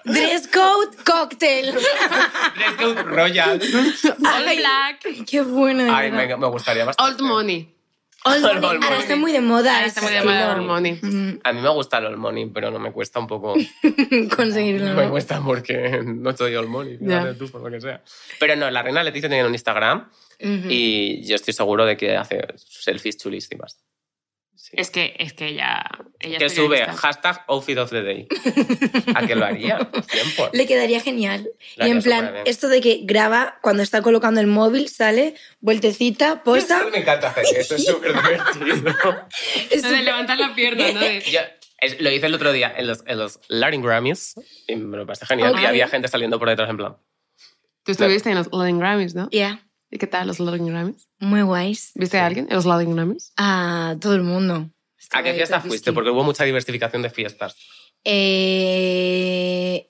Speaker 3: Dress code, cóctel.
Speaker 5: Dress code royal.
Speaker 4: All
Speaker 3: Ay.
Speaker 4: black.
Speaker 3: Qué bueno. de
Speaker 5: Ay,
Speaker 3: verdad.
Speaker 5: me, me gustaría bastante.
Speaker 4: Old money.
Speaker 3: Old
Speaker 5: Old
Speaker 3: Money.
Speaker 5: Money.
Speaker 3: Ahora está muy de moda.
Speaker 4: Ahora
Speaker 3: ese
Speaker 4: está muy de moda
Speaker 3: estilo.
Speaker 4: old money.
Speaker 3: Mm,
Speaker 5: A mí me gusta el old money, pero no me cuesta un poco.
Speaker 3: Conseguirlo.
Speaker 5: Me
Speaker 3: ¿no?
Speaker 5: cuesta porque no estoy old money,
Speaker 4: Ya.
Speaker 5: fíjate tú, por lo que sea. Pero no, la reina Leticia tenía un Instagram Mm.
Speaker 3: Ujú.
Speaker 5: y yo estoy seguro de que hace selfies chulísimas. Sí.
Speaker 4: Es que, es que ella, ella
Speaker 5: que
Speaker 4: es
Speaker 5: sube
Speaker 4: periodista.
Speaker 5: hashtag outfit of the day. ¿A que lo haría? 100%.
Speaker 3: Le quedaría genial.
Speaker 5: La
Speaker 3: y en
Speaker 5: haría
Speaker 3: plan,
Speaker 5: superbién.
Speaker 3: esto de que graba cuando está colocando el móvil, sale, vueltecita, posa.
Speaker 5: Me encanta hacer eso, es súper divertido.
Speaker 3: es
Speaker 4: Lo de
Speaker 3: súper-
Speaker 4: levantar la pierna, ¿no? De-
Speaker 5: Yo- es- lo hice el otro día en los, en los Latin Grammys y me lo pasé genial.
Speaker 3: Ok.
Speaker 5: Y había gente saliendo por detrás en plan.
Speaker 4: Tú estuviste en los Loading Grammys, ¿no?
Speaker 3: Yeah,
Speaker 4: ¿Y qué tal los Loading Grammys?
Speaker 3: muy guays.
Speaker 4: ¿Viste a alguien en los Loading Grammys?
Speaker 3: A todo el mundo.
Speaker 5: ¿A qué fiesta fuiste? Porque hubo mucha diversificación de fiestas.
Speaker 3: Eh,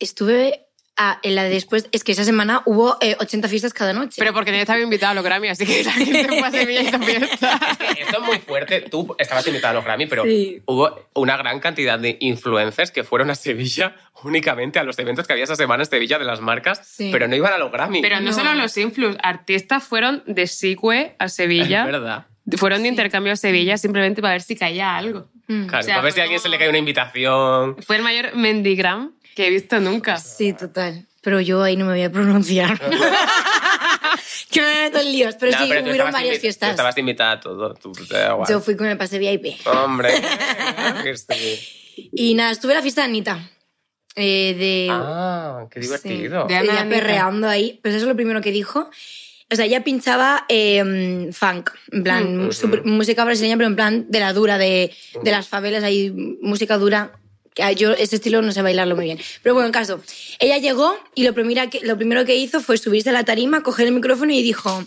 Speaker 3: estuve a- en la de después. Es que esa semana hubo eh, 80 fiestas cada noche.
Speaker 4: Pero porque nadie estaba invitado a los Grammys, así que la gente fue a Sevilla y hizo fiesta.
Speaker 5: Esto es muy fuerte. Tú estabas invitada a los Grammy, pero
Speaker 3: Sí.
Speaker 5: hubo una gran cantidad de influencers que fueron a Sevilla únicamente a los eventos que había esa semana en Sevilla de las marcas,
Speaker 3: Sí.
Speaker 5: pero no iban a los Grammy.
Speaker 4: Pero no,
Speaker 3: No.
Speaker 4: solo los influx, artistas fueron de Sicue a
Speaker 5: es
Speaker 4: Sevilla,
Speaker 5: verdad.
Speaker 4: fueron de intercambio a Sevilla simplemente para ver si caía algo.
Speaker 3: Mm.
Speaker 5: Claro,
Speaker 4: O sea,
Speaker 5: para
Speaker 4: fue
Speaker 5: ver si a alguien
Speaker 4: como-
Speaker 5: se le cae una invitación.
Speaker 4: Fue el mayor mendigram que he visto nunca.
Speaker 3: Sí, total. Pero yo ahí no me voy a pronunciar. que me meto en líos. Pero
Speaker 5: No,
Speaker 3: sí,
Speaker 5: tú
Speaker 3: hubieron
Speaker 5: estabas
Speaker 3: varias
Speaker 5: invi-
Speaker 3: fiestas.
Speaker 5: Tú estabas invitada a todo. tú- te da igual.
Speaker 3: Yo fui con el pase VIP.
Speaker 5: Hombre. claro que sí.
Speaker 3: Y nada, estuve en la fiesta de Anita. Eh, de.
Speaker 5: Ah, qué divertido.
Speaker 4: De Ana
Speaker 3: ella
Speaker 4: Anita.
Speaker 3: perreando ahí. Pero eso es lo primero que dijo. O sea, ella pinchaba eh, funk, en plan,
Speaker 5: Mm.
Speaker 3: super- música brasileña, pero en plan de la dura, de, de las favelas, hay música dura. que a- Yo ese estilo no sé bailarlo muy bien. Pero bueno, en caso, ella llegó y lo primero que, lo primero que hizo fue subirse a la tarima, coger el micrófono y dijo...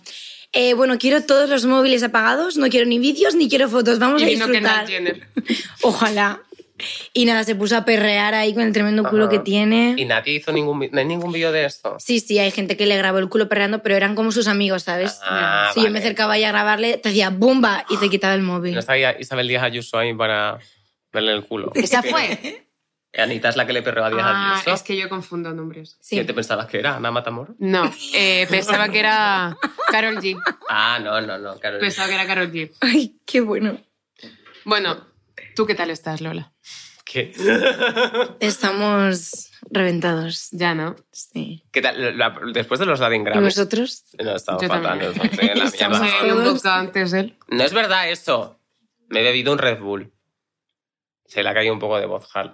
Speaker 3: eh, bueno, quiero todos los móviles apagados, no quiero ni vídeos ni quiero fotos, vamos a
Speaker 4: Y vino que no
Speaker 3: disfrutar.
Speaker 4: Jenner.
Speaker 3: Ojalá. Y nada, se puso a perrear ahí con el tremendo culo
Speaker 5: Ajá.
Speaker 3: que tiene.
Speaker 5: Y nadie hizo ningún, vi- no hay ningún vídeo de esto.
Speaker 3: Sí, sí, hay gente que le grabó el culo perreando, pero eran como sus amigos, ¿sabes?
Speaker 5: Ah,
Speaker 3: si yo me
Speaker 5: vale.
Speaker 3: acercaba ahí a grabarle, te hacía ¡bumba! y te quitaba el móvil.
Speaker 5: No sabía Isabel Díaz Ayuso ahí para verle el culo.
Speaker 4: ¿Esa fue?
Speaker 5: Anita es la que le perreó a Díaz
Speaker 4: Ah,
Speaker 5: Ayuso.
Speaker 4: es que yo confundo nombres.
Speaker 3: Sí.
Speaker 5: ¿Qué te pensabas que era? ¿Ana Matamor?
Speaker 4: No, eh, pensaba que era Carol G.
Speaker 5: Ah, no, no, no, claro.
Speaker 4: Pensaba que era Carol G.
Speaker 3: Ay, qué bueno.
Speaker 4: Bueno, ¿tú qué tal estás, Lola?
Speaker 5: ¿Qué?
Speaker 3: Estamos reventados.
Speaker 4: Ya, ¿no?
Speaker 3: Sí.
Speaker 5: ¿Qué tal? Lo- la- después de los Latin
Speaker 3: ¿Y
Speaker 5: Grammys.
Speaker 3: vosotros?
Speaker 5: No, estaba
Speaker 4: Yo
Speaker 5: fatal.
Speaker 4: también.
Speaker 5: no, estaba en la
Speaker 3: Estamos
Speaker 5: mierda.
Speaker 4: Se bebió un
Speaker 3: todos.
Speaker 4: poco antes él.
Speaker 5: No es verdad eso. Me he bebido un Red Bull. Se le ha caído un poco de voz, Hal.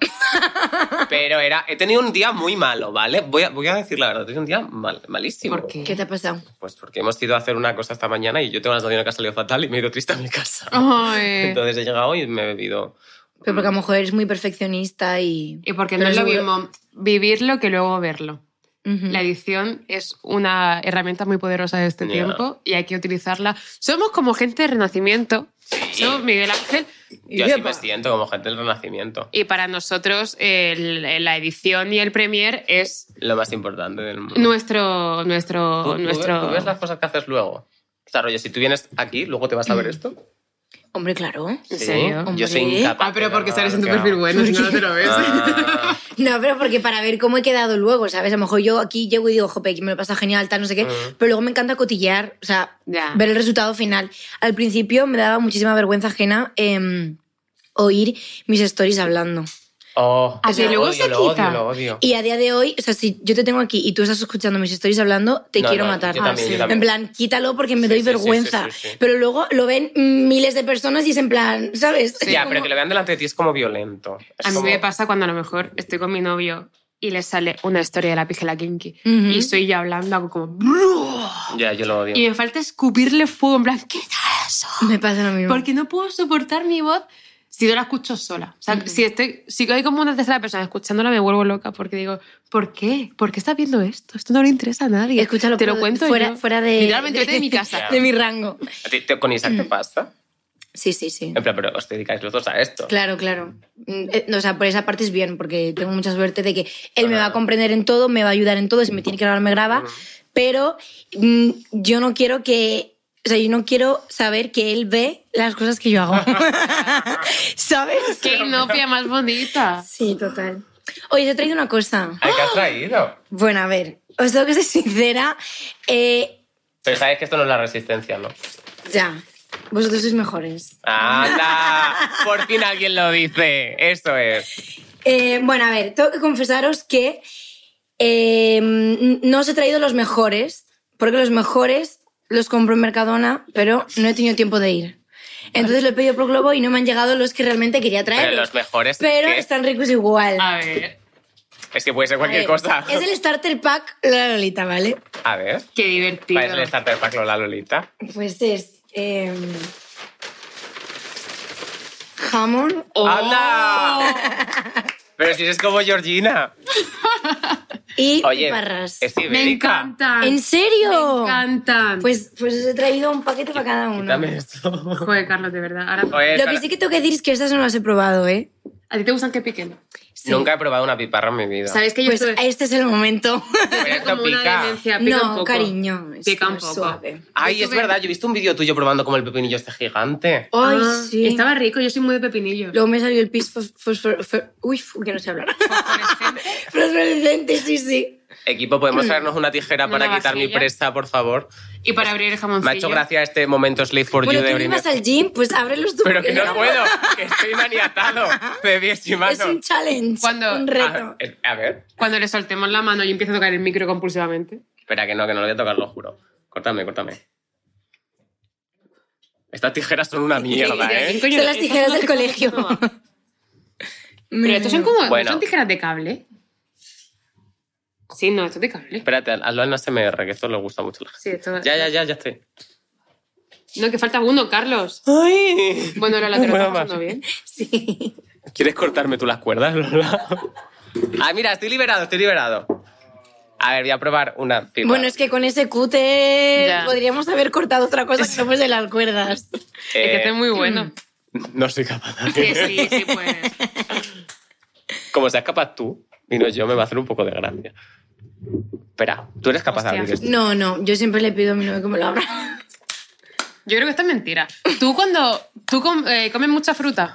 Speaker 5: Pero era. He tenido un día muy malo, ¿vale? Voy a, voy a decir la verdad, he tenido un día mal- malísimo.
Speaker 4: ¿Por qué?
Speaker 3: ¿Qué te ha pasado?
Speaker 5: Pues porque hemos ido a hacer una cosa esta mañana y yo tengo la sensación de que ha salido fatal y me he ido triste a mi casa.
Speaker 4: Ay.
Speaker 5: Entonces he llegado y me he bebido.
Speaker 3: Pero
Speaker 5: Mm.
Speaker 3: porque a lo mejor eres muy perfeccionista y...
Speaker 4: y porque no
Speaker 3: Pero
Speaker 4: es lo
Speaker 3: seguro-
Speaker 4: mismo vivirlo que luego verlo.
Speaker 3: Ujú.
Speaker 4: La edición es una herramienta muy poderosa de este
Speaker 5: Mm. Ya.
Speaker 4: tiempo y hay que utilizarla. Somos como gente de renacimiento, somos Miguel Ángel,
Speaker 5: Yo así
Speaker 3: Yepa.
Speaker 5: me siento como gente del Renacimiento.
Speaker 4: y para nosotros el- la edición y el premier es
Speaker 5: Lo más importante del mundo.
Speaker 4: nuestro.
Speaker 5: ¿Tú,
Speaker 4: nuestro,
Speaker 5: tú
Speaker 4: nuestro...
Speaker 5: ves- tú ves las cosas que haces luego? O sea, rollo, si tú vienes aquí, luego te vas a ver esto.
Speaker 3: Hombre, claro.
Speaker 4: Mm. ¿En
Speaker 5: Sí,
Speaker 4: serio?
Speaker 5: Yo soy
Speaker 3: Hombre.
Speaker 5: incapaz.
Speaker 4: Ah, pero
Speaker 5: de
Speaker 4: porque
Speaker 5: grabar
Speaker 4: sales en tu
Speaker 5: lo que
Speaker 4: perfil
Speaker 5: hago.
Speaker 4: bueno, si no, no te lo ves.
Speaker 5: Ah,
Speaker 3: No, pero porque para ver cómo he quedado luego, ¿sabes? A lo mejor yo aquí llego y digo, jope, aquí me lo pasa genial, tal, no sé qué. Pero luego me encanta cotillear, o sea,
Speaker 4: Ya.
Speaker 3: ver el resultado final. Al principio me daba muchísima vergüenza ajena em, oír mis stories hablando.
Speaker 5: Oh,
Speaker 3: Ah, sí,
Speaker 5: lo
Speaker 4: luego
Speaker 5: odio,
Speaker 4: se
Speaker 5: lo
Speaker 4: quita.
Speaker 5: Odio, lo odio.
Speaker 3: Y a día de hoy, o sea, si yo te tengo aquí y tú estás escuchando mis stories hablando, te
Speaker 5: No,
Speaker 3: quiero
Speaker 5: no,
Speaker 3: matar.
Speaker 5: yo también,
Speaker 4: Ah, sí.
Speaker 5: yo también.
Speaker 3: En plan, quítalo porque me
Speaker 5: Sí,
Speaker 3: doy
Speaker 5: sí, sí,
Speaker 3: vergüenza.
Speaker 5: sí, sí, sí.
Speaker 3: Pero luego lo ven miles de personas y es en plan, ¿sabes? Es
Speaker 5: ya,
Speaker 3: como-
Speaker 5: pero que lo vean delante de ti es como violento. Es
Speaker 4: A mí
Speaker 5: como-
Speaker 4: me pasa cuando a lo mejor estoy con mi novio y le sale una historia de la pijela kinky
Speaker 3: Ujú.
Speaker 4: y estoy ya hablando, hago como... "Bruh".
Speaker 5: Ya, yo lo odio.
Speaker 4: Y me falta escupirle fuego, en plan, quita eso.
Speaker 3: Me pasa lo mismo.
Speaker 4: Porque no puedo soportar mi voz si no la escucho sola. O sea, si, estoy, si hay como una tercera persona escuchándola, me vuelvo loca porque digo, ¿por qué? ¿Por qué estás viendo esto? Esto no le interesa a nadie.
Speaker 3: Escúchalo
Speaker 4: Te lo
Speaker 3: por-
Speaker 4: cuento
Speaker 3: fuera,
Speaker 4: yo.
Speaker 3: fuera de.
Speaker 4: Literalmente, vete de mi casa.
Speaker 3: de mi rango.
Speaker 5: ¿A ti te- ¿Con
Speaker 3: Mm.
Speaker 5: Isaac te pasa?
Speaker 3: Sí, sí, sí.
Speaker 5: En plan, pero os dedicáis los dos a esto.
Speaker 3: Claro, claro. Mm, eh, O sea, por esa parte es bien, porque tengo mucha suerte de que él me va a
Speaker 5: Ah.
Speaker 3: comprender en todo, me va a ayudar en todo, si me tiene que grabar, me graba, pero mm, yo no quiero que... O sea, yo no quiero saber que él ve las cosas que yo hago. ¿Sabes?
Speaker 4: ¡Qué inopia más bonita!
Speaker 3: Sí, total. Oye, te he traído una cosa.
Speaker 5: Ay, que has traído.
Speaker 3: Bueno, a ver, os tengo que ser sincera. eh,
Speaker 5: Pero sabes que esto no es la resistencia, ¿no?
Speaker 3: ya, vosotros sois mejores.
Speaker 5: ¡Anda! Por fin alguien lo dice. Eso es.
Speaker 3: Eh, bueno, a ver, tengo que confesaros que eh, no os he traído los mejores, porque los mejores los compro en Mercadona, pero no he tenido tiempo de ir. Entonces lo he pedido por Globo y no me han llegado los que realmente quería traer.
Speaker 5: Pero los mejores,
Speaker 3: Pero
Speaker 5: ¿qué?
Speaker 3: están ricos igual.
Speaker 4: A ver,
Speaker 5: Es que puede ser cualquier
Speaker 3: A ver,
Speaker 5: cosa.
Speaker 3: Es el starter pack la Lolita, ¿vale?
Speaker 5: A ver.
Speaker 4: qué divertido.
Speaker 5: Parece el starter pack Lola Lolita.
Speaker 3: Pues es eh, jamón,
Speaker 4: ¡Oh!
Speaker 5: ¡Anda! Pero si eres como Georgina.
Speaker 3: y
Speaker 5: Oye,
Speaker 3: piparras.
Speaker 5: es
Speaker 4: ¡Me
Speaker 5: ibérica.
Speaker 4: encantan!
Speaker 3: ¿En serio?
Speaker 4: ¡Me encantan!
Speaker 3: Pues, pues os he traído un paquete para cada uno.
Speaker 5: Quítame esto.
Speaker 4: Joder, Carlos, de verdad. Ahora,
Speaker 5: Joder,
Speaker 3: Lo
Speaker 5: Sara,
Speaker 3: que sí que tengo que decir es que estas no las he probado, ¿eh?
Speaker 4: ¿A ti te gustan que piquen?
Speaker 3: Sí.
Speaker 5: Nunca he probado una piparra en mi vida.
Speaker 4: ¿Sabéis que yo
Speaker 3: Pues
Speaker 4: estoy
Speaker 3: este es el momento.
Speaker 5: Pero esto
Speaker 4: como una
Speaker 5: pica.
Speaker 4: demencia? Pica un
Speaker 3: no,
Speaker 4: poco.
Speaker 3: cariño. es
Speaker 4: Pica un
Speaker 3: más
Speaker 4: poco.
Speaker 3: Suave.
Speaker 5: Ay,
Speaker 4: Yo
Speaker 5: es
Speaker 4: tuve-
Speaker 5: verdad. Yo he visto un vídeo tuyo probando como el pepinillo este gigante.
Speaker 3: Ay,
Speaker 4: Ah,
Speaker 3: sí.
Speaker 4: Estaba rico, yo soy muy de pepinillo.
Speaker 3: Luego me salió el pis fos- fosfor... fo- Uy, fu- que no sé hablar. Fosforescente, sí, sí.
Speaker 5: Equipo,
Speaker 3: Hmm.
Speaker 5: ¿podemos traernos una tijera
Speaker 4: Una
Speaker 5: para quitar mi
Speaker 4: vasilla.
Speaker 5: presa, por favor?
Speaker 4: y para abrir el jamoncillo.
Speaker 5: Me ha hecho gracia este momento Slave for
Speaker 3: Bueno,
Speaker 5: You de
Speaker 3: tú
Speaker 5: Britney.
Speaker 3: ibas al gym, pues ábrelos tú.
Speaker 5: Pero que
Speaker 3: porque
Speaker 5: no puedo, que estoy maniatado. Bebés y mano.
Speaker 3: Es un challenge.
Speaker 4: ¿Cuándo?
Speaker 3: Un reto.
Speaker 5: A, a ver,
Speaker 4: Cuando le soltemos la mano y empieza a tocar el micro compulsivamente.
Speaker 5: espera, que no, que no lo voy a tocar, lo juro. Córtame, córtame. Estas tijeras son una mierda,
Speaker 4: ¿Quién
Speaker 5: ¿eh?
Speaker 4: coño
Speaker 3: Son
Speaker 4: lo-
Speaker 3: las
Speaker 4: estas
Speaker 3: tijeras del
Speaker 4: son las que
Speaker 3: colegio.
Speaker 4: son como- Pero estos son como...
Speaker 5: Bueno.
Speaker 4: ¿Son tijeras de cable? Sí, no, esto es de cable.
Speaker 5: Espérate, hazlo en ASMR, que esto le gusta mucho a la
Speaker 4: Sí,
Speaker 5: gente.
Speaker 4: esto...
Speaker 5: Ya, ya, ya, ya estoy.
Speaker 4: No, que falta uno, Carlos.
Speaker 5: ¡Ay!
Speaker 4: Bueno, Lola, te lo
Speaker 5: Bueno,
Speaker 4: estás pasando
Speaker 5: va.
Speaker 4: bien.
Speaker 3: Sí.
Speaker 5: ¿Quieres cortarme tú las cuerdas, Lola? ah, mira, estoy liberado, estoy liberado. A ver, voy a probar una pipa.
Speaker 3: Bueno, es que con ese cúter
Speaker 4: Ya.
Speaker 3: podríamos haber cortado otra cosa que no fuese las cuerdas.
Speaker 4: Es que
Speaker 5: Eh,
Speaker 4: esto es muy bueno.
Speaker 5: No soy capaz.
Speaker 4: Que sí, sí pues. puedes.
Speaker 5: Como seas capaz tú y no yo, me va a hacer un poco de gracia. Espera, ¿tú eres capaz de
Speaker 4: Hostia.
Speaker 5: abrir esto?
Speaker 3: No, no, yo siempre le pido a mi novio que me lo abra.
Speaker 4: Yo creo que esto es mentira. Tú cuando... Tú com- eh, comes mucha fruta.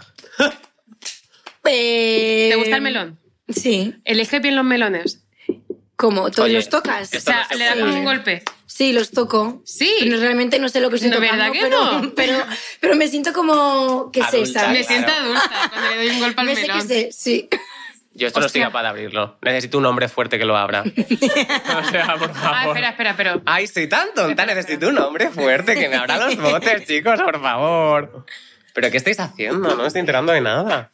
Speaker 3: Eh,
Speaker 4: ¿Te gusta el melón?
Speaker 3: Em, Sí.
Speaker 4: Elige bien los melones.
Speaker 3: ¿Como ¿Tú
Speaker 5: Oye,
Speaker 3: los tocas?
Speaker 4: O
Speaker 5: esto
Speaker 4: sea,
Speaker 5: no se
Speaker 4: le das
Speaker 5: puede.
Speaker 4: un golpe.
Speaker 3: Sí, los toco.
Speaker 4: Sí.
Speaker 3: Pero realmente no sé lo que estoy
Speaker 4: No,
Speaker 3: tocando.
Speaker 4: ¿verdad que
Speaker 3: pero,
Speaker 4: no?
Speaker 3: pero, pero me siento como que sé,
Speaker 5: Adulta,
Speaker 4: Me
Speaker 3: ¿sabes?
Speaker 4: siento
Speaker 5: Claro.
Speaker 4: adulta cuando le doy un golpe al
Speaker 3: Me sé que
Speaker 4: melón.
Speaker 3: sé, sí.
Speaker 5: Yo esto no estoy
Speaker 4: Hostia.
Speaker 5: capaz de abrirlo. Necesito un hombre fuerte que lo abra. o sea, por favor.
Speaker 4: Ah, espera, espera, pero...
Speaker 5: Ay, soy tan tonta. Necesito un hombre fuerte que me abra los botes, chicos, por favor. ¿Pero qué estáis haciendo? No me estoy enterando de nada.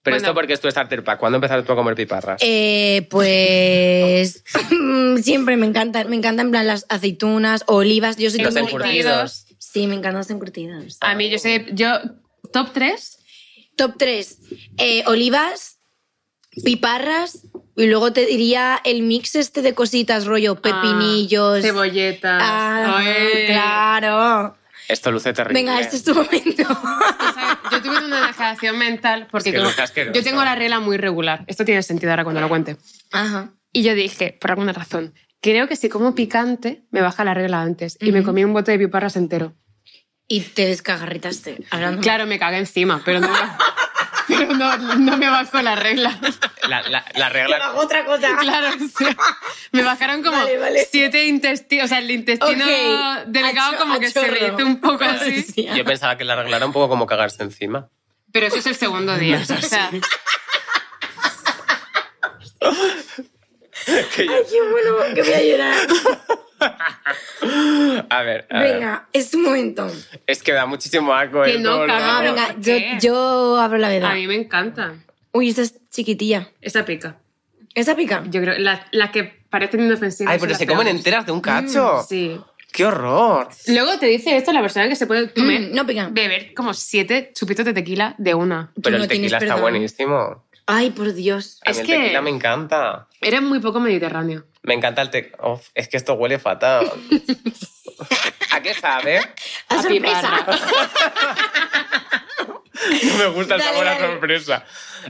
Speaker 5: Pero
Speaker 4: Bueno.
Speaker 5: esto porque es tu starter pack. ¿Cuándo empezaste tú a comer piparras?
Speaker 3: Eh, pues siempre me encantan, me encantan en plan las aceitunas, olivas. Yo soy
Speaker 5: Los
Speaker 3: como-
Speaker 5: encurtidos.
Speaker 3: Sí, me encantan los encurtidos.
Speaker 4: A mí, yo sé, yo, top 3,
Speaker 3: Top 3. olivas, piparras y luego te diría el mix este de cositas,
Speaker 4: Ah,
Speaker 3: rollo pepinillos.
Speaker 4: cebolletas.
Speaker 3: Ah,
Speaker 4: Ay.
Speaker 3: claro.
Speaker 5: Esto luce terrible.
Speaker 3: Venga, este es tu momento.
Speaker 4: ¿Sabes? Yo tuve una dejación mental porque
Speaker 5: Es que
Speaker 4: como-
Speaker 5: Lucas, que no
Speaker 4: yo tengo
Speaker 5: sabe.
Speaker 4: la regla muy regular. Esto tiene sentido ahora cuando lo cuente.
Speaker 3: Ajá.
Speaker 4: Y yo dije, por alguna razón, creo que si como picante me baja la regla antes y me comí un bote de piparras entero.
Speaker 3: Y te descagarritaste hablando.
Speaker 4: Claro, me cagué encima, pero no, pero no, no me bajó la regla.
Speaker 5: La, la- la regla.
Speaker 3: otra cosa.
Speaker 4: Claro, o sea, me bajaron como
Speaker 3: Vale, vale.
Speaker 4: siete intestinos, o sea, el intestino
Speaker 3: Ok,
Speaker 4: delgado
Speaker 3: a cho-
Speaker 4: como
Speaker 3: a
Speaker 4: que se me
Speaker 3: chorro.
Speaker 4: hizo un poco así.
Speaker 5: Yo pensaba que la regla era un poco como cagarse encima.
Speaker 4: Pero eso es el segundo día. O sea,
Speaker 5: Que yo-
Speaker 3: Ay, qué bueno, que voy a llorar.
Speaker 5: A ver, a ver.
Speaker 3: Venga, es tu momento.
Speaker 5: Es que da muchísimo asco
Speaker 4: Que
Speaker 5: el
Speaker 4: no,
Speaker 5: dolor.
Speaker 4: cagado.
Speaker 3: Ah, venga,
Speaker 4: ¿por
Speaker 3: yo,
Speaker 4: qué?
Speaker 3: yo abro la
Speaker 4: A
Speaker 3: veda.
Speaker 4: mí me encanta.
Speaker 3: Uy, esta es chiquitilla.
Speaker 4: Esa pica.
Speaker 3: ¿Esa pica?
Speaker 4: Yo creo, las las que parecen inofensivas.
Speaker 5: Ay,
Speaker 4: son
Speaker 5: pero
Speaker 4: las
Speaker 5: se comen
Speaker 4: peores.
Speaker 5: enteras de un
Speaker 3: Mm,
Speaker 5: cacho.
Speaker 4: Sí.
Speaker 5: ¡Qué horror!
Speaker 4: Luego te dice esto la persona que se puede comer,
Speaker 3: Mm, no pica.
Speaker 4: beber como siete chupitos de tequila de una.
Speaker 3: Tú
Speaker 5: Pero
Speaker 3: no
Speaker 5: el
Speaker 3: tienes
Speaker 5: tequila está
Speaker 3: perdón.
Speaker 5: buenísimo.
Speaker 3: Ay, por Dios.
Speaker 5: A
Speaker 4: Es
Speaker 5: mí el
Speaker 4: que-
Speaker 5: tequila me encanta.
Speaker 4: Eres muy poco mediterráneo.
Speaker 5: Me encanta el tequila. es que esto huele fatal. ¿A qué sabe?
Speaker 3: ¡A
Speaker 4: A
Speaker 3: sorpresa!
Speaker 4: piparra.
Speaker 5: No me gusta el
Speaker 3: Dale,
Speaker 5: sabor a
Speaker 3: dale.
Speaker 5: sorpresa.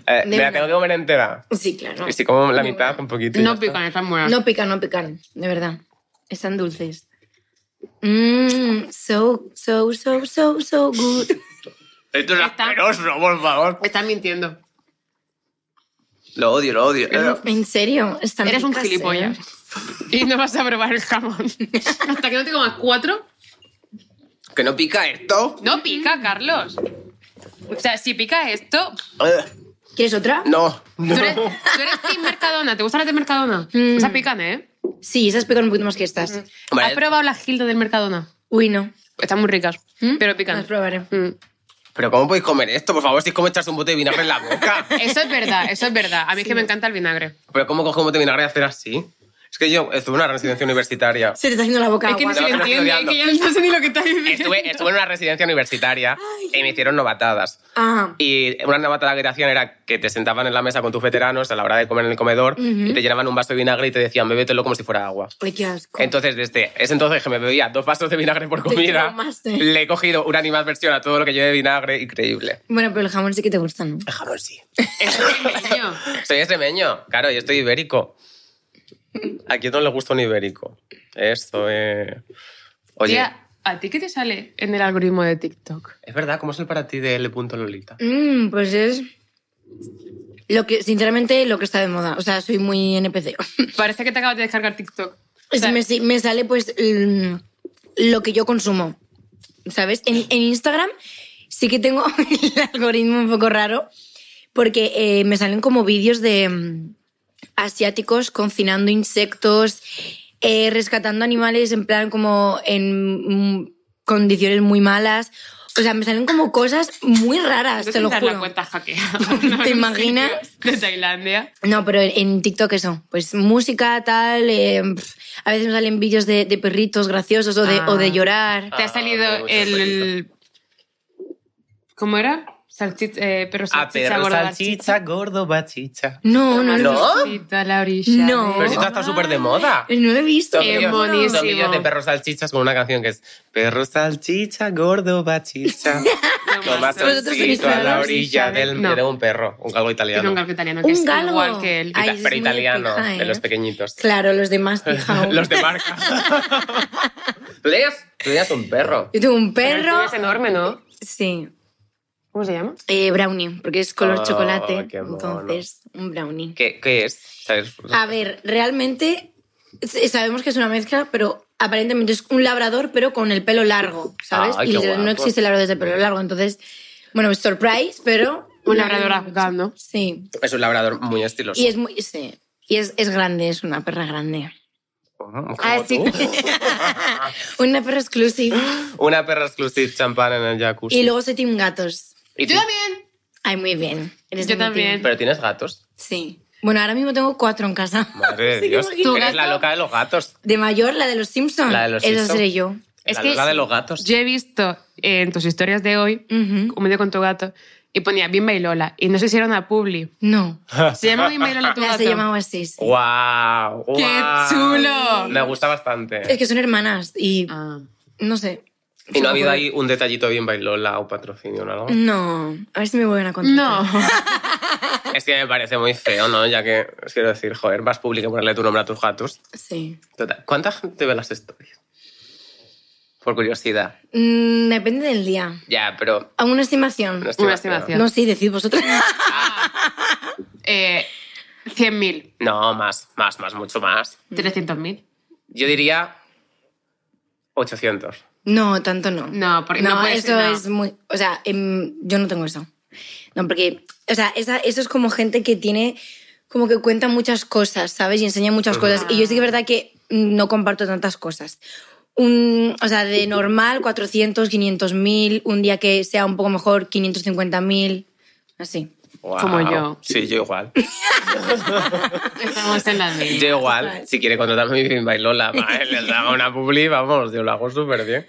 Speaker 5: Eh,
Speaker 3: De
Speaker 5: ¿Me la
Speaker 3: una.
Speaker 5: tengo que comer entera?
Speaker 3: Sí, claro.
Speaker 5: Y si como la
Speaker 3: De
Speaker 5: mitad,
Speaker 3: una.
Speaker 5: un poquito. y ya
Speaker 4: No
Speaker 5: está.
Speaker 4: pican, están buenas.
Speaker 3: No pican, no pican, de verdad. Están dulces. Mmm, so, so, so, so, so good.
Speaker 5: Esto es
Speaker 4: Está-
Speaker 5: asqueroso, por favor.
Speaker 4: Estás mintiendo.
Speaker 5: Lo odio, lo odio. Eh,
Speaker 3: En serio, están
Speaker 4: Eres un
Speaker 3: ricas, ¿eh?
Speaker 4: gilipollas. Y no vas a probar el jamón. Hasta que no te comas cuatro,
Speaker 5: ¿Que no pica esto?
Speaker 4: no pica, Carlos. O sea, si pica esto,
Speaker 5: Eh,
Speaker 3: ¿Quieres otra?
Speaker 5: No.
Speaker 4: tú eres, tú eres Team Mercadona. ¿Te gusta la de Mercadona?
Speaker 3: Mm.
Speaker 4: Esas pican, ¿eh?
Speaker 3: Sí, esas pican un poquito más que estas.
Speaker 5: Vale.
Speaker 4: ¿Has probado las Gilda del Mercadona?
Speaker 3: Uy, no.
Speaker 4: Están muy ricas,
Speaker 3: ¿Mm?
Speaker 4: pero pican.
Speaker 3: Las probaré.
Speaker 4: Mm.
Speaker 5: Pero ¿cómo podéis comer esto? Por favor, si es como echarse un bote de vinagre en la boca.
Speaker 4: Eso es verdad, eso es verdad. A mí es que me encanta el vinagre.
Speaker 5: Pero ¿cómo coge un bote de vinagre y hacer así? Es que yo estuve en una residencia universitaria.
Speaker 3: Se te está haciendo la boca
Speaker 4: Es que ni
Speaker 3: agua.
Speaker 4: se le
Speaker 5: no, no,
Speaker 4: entiende,
Speaker 5: no,
Speaker 4: es
Speaker 5: no.
Speaker 4: que ya no sé ni lo que está diciendo.
Speaker 5: Estuve, estuve en una residencia universitaria y me hicieron novatadas.
Speaker 3: Ah,
Speaker 5: Y una novatada que te hacían era que te sentaban en la mesa con tus veteranos a la hora de comer en el comedor y te llenaban un vaso de vinagre y te decían, bébetelo como si fuera agua.
Speaker 3: ay, qué asco.
Speaker 5: Entonces, desde ese entonces que me bebía dos vasos de vinagre por comida,
Speaker 3: traumaste.
Speaker 5: le he cogido una animadversión a todo lo que lleve vinagre, increíble.
Speaker 3: Bueno, pero el jamón sí que te gusta, ¿no?
Speaker 5: El jamón sí.
Speaker 4: Eso es pequeño.
Speaker 5: Soy extremeño, claro, yo estoy ibérico. ¿A quién no le gusta un ibérico? Esto, eh... Oye,
Speaker 4: Tía, ¿a ti qué te sale en el algoritmo de TikTok?
Speaker 5: es verdad, ¿cómo es el para ti de L. Lolita?
Speaker 3: Mmm, pues es... Lo que, sinceramente, lo que está de moda. O sea, soy muy NPC.
Speaker 4: Parece que te acabas de descargar TikTok. O
Speaker 3: Es-
Speaker 4: sea,
Speaker 3: me, si- me sale pues mm, lo que yo consumo. ¿Sabes? En, en Instagram sí que tengo el algoritmo un poco raro porque eh, me salen como vídeos de mm, asiáticos cocinando insectos, eh, rescatando animales en plan como en mm, condiciones muy malas. O sea, me salen como cosas muy raras,
Speaker 4: no
Speaker 3: te lo
Speaker 4: tendrás
Speaker 3: juro.
Speaker 4: la cuenta hackeada.
Speaker 3: ¿Te imaginas?
Speaker 4: De Tailandia.
Speaker 3: No, pero en- en TikTok eso, pues música, tal, eh, pf, a veces me salen vídeos de, de perritos graciosos o de,
Speaker 4: Ah.
Speaker 3: o de llorar.
Speaker 5: Ah,
Speaker 4: Te ha
Speaker 5: me
Speaker 4: salido
Speaker 5: gusta el
Speaker 4: el... ¿Cómo era? Salchich, eh, perro
Speaker 5: A
Speaker 4: salchicha
Speaker 5: perro
Speaker 4: gorda
Speaker 5: Ah, salchicha, gordo bachicha.
Speaker 3: No, no,
Speaker 5: ¿No?
Speaker 3: no.
Speaker 4: salchicha a la orilla
Speaker 3: No. Eh,
Speaker 4: de-
Speaker 5: Pero si esto está súper de moda.
Speaker 3: No lo he visto.
Speaker 5: Son
Speaker 4: Qué
Speaker 5: vídeos-
Speaker 4: buenísimo.
Speaker 5: son vídeos de perros salchichas con una canción que es Perro salchicha, gordo bachicha. Toma
Speaker 4: Tomaste un
Speaker 3: Vosotros tenéis
Speaker 5: salchito a la
Speaker 3: perros,
Speaker 5: orilla del,
Speaker 4: No,
Speaker 5: de un perro, un galgo
Speaker 4: tiene un
Speaker 5: italiano.
Speaker 4: galgo italiano que
Speaker 3: Un
Speaker 4: es
Speaker 3: galgo.
Speaker 4: igual que él.
Speaker 3: Ay,
Speaker 5: Ita-
Speaker 3: ese es
Speaker 5: pero
Speaker 3: muy
Speaker 5: italiano,
Speaker 3: pija, ¿eh?
Speaker 5: de los pequeñitos.
Speaker 3: Claro, los demás, fija. aún.
Speaker 5: Los de marca. ¿Tú tenías, tú tenías un perro.
Speaker 3: Yo tengo un
Speaker 4: Pero el tuyo
Speaker 3: perro.
Speaker 4: es enorme, ¿no?
Speaker 3: Sí.
Speaker 4: ¿Cómo se llama?
Speaker 3: Eh, brownie, porque es color
Speaker 5: Ah,
Speaker 3: chocolate.
Speaker 5: qué mono.
Speaker 3: Entonces, un brownie.
Speaker 5: ¿Qué, qué es? ¿Sabes?
Speaker 3: A ver, realmente s- sabemos que es una mezcla, pero aparentemente es un labrador, pero con el pelo largo, ¿sabes?
Speaker 5: Ay,
Speaker 3: y
Speaker 5: qué guapo.
Speaker 3: no existe labradores de pelo largo, entonces, bueno, es surprise, pero...
Speaker 4: Un labrador afgano, ¿no?
Speaker 3: Sí.
Speaker 5: Es un labrador muy estiloso.
Speaker 3: Y es muy... Sí. Y es, es grande, es una perra grande.
Speaker 5: Como
Speaker 4: Ah,
Speaker 3: Así
Speaker 5: tú.
Speaker 3: Una perra exclusiva.
Speaker 5: Una perra exclusiva champán en el jacuzzi.
Speaker 3: Y luego soy team gatos.
Speaker 5: ¿Y tú-
Speaker 4: Yo también.
Speaker 3: Ay, muy bien. Eres
Speaker 4: Yo
Speaker 3: de mi team.
Speaker 4: también.
Speaker 5: ¿Pero tienes gatos?
Speaker 3: Sí. Bueno, ahora mismo tengo cuatro en casa.
Speaker 5: Madre de
Speaker 3: Sí,
Speaker 5: Dios.
Speaker 3: qué
Speaker 5: Tú
Speaker 3: bonito.
Speaker 5: eres la loca de los gatos.
Speaker 3: De mayor, la de los Simpsons.
Speaker 5: La de los
Speaker 3: Esa
Speaker 5: Simpson.
Speaker 3: seré yo.
Speaker 4: Es
Speaker 5: la
Speaker 4: que
Speaker 5: loca
Speaker 4: sí.
Speaker 5: de los gatos.
Speaker 4: Yo he visto en tus historias de hoy,
Speaker 3: Ujú.
Speaker 4: Comedia con tu gato, y ponía Bimba y Lola. Y no sé si era una publi.
Speaker 3: No.
Speaker 4: ¿Se llama Bimba y Lola tu
Speaker 3: La
Speaker 4: gato?
Speaker 3: se llamaba así. sí.
Speaker 5: ¡Guau!
Speaker 4: ¡Qué
Speaker 5: guau.
Speaker 4: chulo!
Speaker 5: Me gusta
Speaker 3: Es
Speaker 5: bastante.
Speaker 3: que son hermanas y
Speaker 4: Ah.
Speaker 3: no sé.
Speaker 5: ¿Y no ha habido ahí un detallito bien bailola o patrocinio o algo?
Speaker 3: Mm. No, a ver si me vuelven a contar.
Speaker 4: No.
Speaker 5: Es que me parece muy feo, ¿no? Ya que, os quiero decir, joder, vas público a ponerle tu nombre a tus gatos.
Speaker 3: Sí.
Speaker 5: Total, ¿Cuánta gente ve las stories? Por curiosidad.
Speaker 3: Mm, depende del día.
Speaker 5: Ya, pero...
Speaker 3: ¿A una estimación?
Speaker 5: Una
Speaker 4: Una
Speaker 5: estimación.
Speaker 4: estimación.
Speaker 3: No, sí, decid vosotros.
Speaker 4: Eh, 100.000.
Speaker 5: No, más, más, más, mucho más.
Speaker 4: 300.000.
Speaker 5: Yo diría 800.
Speaker 3: No, tanto no.
Speaker 4: No, porque no puede
Speaker 3: eso
Speaker 4: ser, no.
Speaker 3: es muy... O sea, em, yo no tengo eso. No, porque... O sea, esa- eso es como gente que tiene como que cuenta muchas cosas, ¿sabes? Y enseña muchas cosas. Y yo sí que es verdad que no comparto tantas cosas. Un, o sea, de normal, 400, 500 mil, un día que sea un poco mejor, 550 mil, así.
Speaker 5: Guau.
Speaker 4: Como yo.
Speaker 5: Sí, yo igual.
Speaker 4: Estamos en la
Speaker 5: Yo
Speaker 4: misma.
Speaker 5: igual. Si quiere contratarme mi bailola, va, les hago una publi, vamos, yo lo hago súper bien.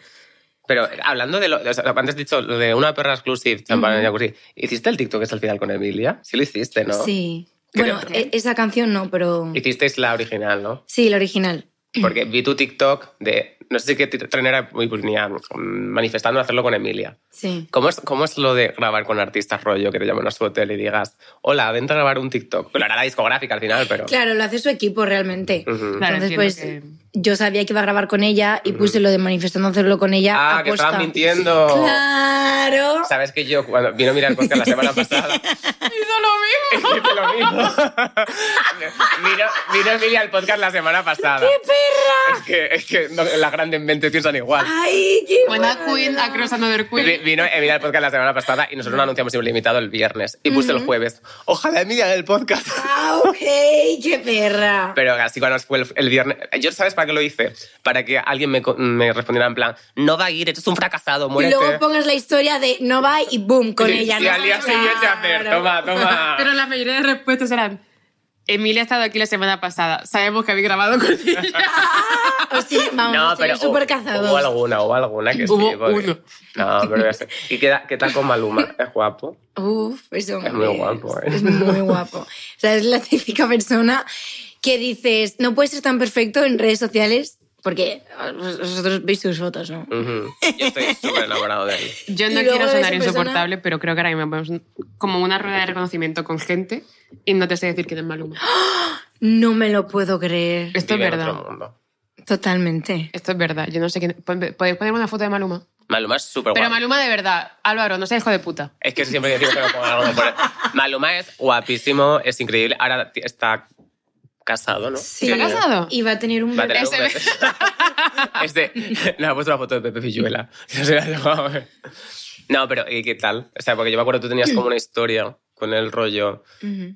Speaker 5: Pero eh, hablando de lo, de- o sea, antes has dicho lo de una perra exclusive, champán en jacuzzi. ¿Hiciste el TikTok que es al final con Emilia? Sí lo hiciste, ¿no?
Speaker 3: Sí.
Speaker 5: Creo.
Speaker 3: Bueno, e- esa canción no, pero...
Speaker 5: Hicisteis la original, ¿no?
Speaker 3: Sí, la original.
Speaker 5: Porque vi tu TikTok de, no sé qué tit- tren era, muy pues, ni a- mm, manifestando hacerlo con Emilia.
Speaker 3: Sí.
Speaker 5: ¿Cómo es, ¿Cómo es lo de grabar con artistas rollo que te llaman a su hotel y digas, hola, vente a grabar un TikTok? Lo hará la discográfica al final, pero...
Speaker 3: Claro, lo hace su equipo realmente.
Speaker 5: Ujú.
Speaker 4: Claro,
Speaker 3: Entonces, pues,
Speaker 4: entiendo
Speaker 3: yo sabía que iba a grabar con ella y puse lo de manifestando hacerlo con ella.
Speaker 5: Ah,
Speaker 3: aposta.
Speaker 5: que estabas mintiendo.
Speaker 3: Claro.
Speaker 5: Sabes que yo, cuando vino a mirar el podcast la semana pasada, hizo lo mismo. Hizo lo mismo. vino, vino Emilia al podcast la semana pasada.
Speaker 3: ¡Qué perra!
Speaker 5: Es que, es que no- las grandes mentes piensan igual.
Speaker 3: Ah, ¡Ay, qué
Speaker 4: When
Speaker 3: buena
Speaker 4: I quit,
Speaker 3: era!
Speaker 4: I crossed another
Speaker 5: Vi-
Speaker 4: queen.
Speaker 5: Vino Emilia al podcast la semana pasada y nosotros lo anunciamos limitado el viernes. Y puse el jueves. Ojalá Emilia haga el podcast.
Speaker 3: Ah, ok, qué perra.
Speaker 5: Pero así cuando fue el, el viernes... Yo, ¿sabes para qué lo hice? Para que alguien me, co- me respondiera en plan, no va a ir, eres un fracasado,
Speaker 3: y
Speaker 5: muérete.
Speaker 3: luego pongas la historia de no va y boom, con
Speaker 5: Y-
Speaker 3: ella.
Speaker 5: y
Speaker 3: ¿no?
Speaker 5: al día siguiente hacer,
Speaker 3: Claro.
Speaker 5: toma, toma.
Speaker 4: Pero la mayoría de respuestas eran: Emilia ha estado aquí la semana pasada. Sabemos que había grabado con ella.
Speaker 3: O sí, vamos, no, pero super cazados.
Speaker 5: Hubo alguna, hubo alguna que
Speaker 4: Hubo
Speaker 5: sí. porque-
Speaker 4: uno.
Speaker 5: No, pero ya sé. ¿Y qué, da- qué tal con Maluma? Es guapo.
Speaker 3: Uf, ese hombre
Speaker 5: Es muy guapo, ¿eh?
Speaker 3: Es muy guapo. O sea, es la típica persona que dices, no puedes ser tan perfecto en redes sociales porque ah, vosotros veis sus fotos, ¿no?
Speaker 5: Ujú. Yo estoy súper enamorado de él.
Speaker 4: Yo
Speaker 3: Y
Speaker 4: no
Speaker 3: luego
Speaker 4: quiero
Speaker 3: esa
Speaker 4: sonar
Speaker 3: persona-
Speaker 4: insoportable, pero creo que ahora mismo vamos como una rueda de reconocimiento con gente y no te sé decir quién es Maluma.
Speaker 3: No me lo puedo creer.
Speaker 4: Esto es
Speaker 5: Vive en
Speaker 4: verdad.
Speaker 5: otro mundo.
Speaker 3: Totalmente.
Speaker 4: Esto es verdad. Yo no sé quién. pues, ¿Podéis ponerme una foto de Maluma?
Speaker 5: Maluma es súper
Speaker 4: Pero
Speaker 5: guapo.
Speaker 4: Maluma de verdad. Álvaro, no seas hijo de puta.
Speaker 5: Es que siempre decimos que no pongan algo por él. Maluma es guapísimo, es increíble. Ahora t- está casado, ¿no?
Speaker 3: Sí.
Speaker 4: ¿Está casado?
Speaker 3: Y va a tener un
Speaker 5: Va a tener
Speaker 3: bebé.
Speaker 5: un bebé. Este, le ha puesto la foto de Pepe Villuela. Se la ha llevado. No, pero ¿y qué tal? O sea, porque yo me acuerdo tú tenías como una historia con el rollo.
Speaker 3: Ujú.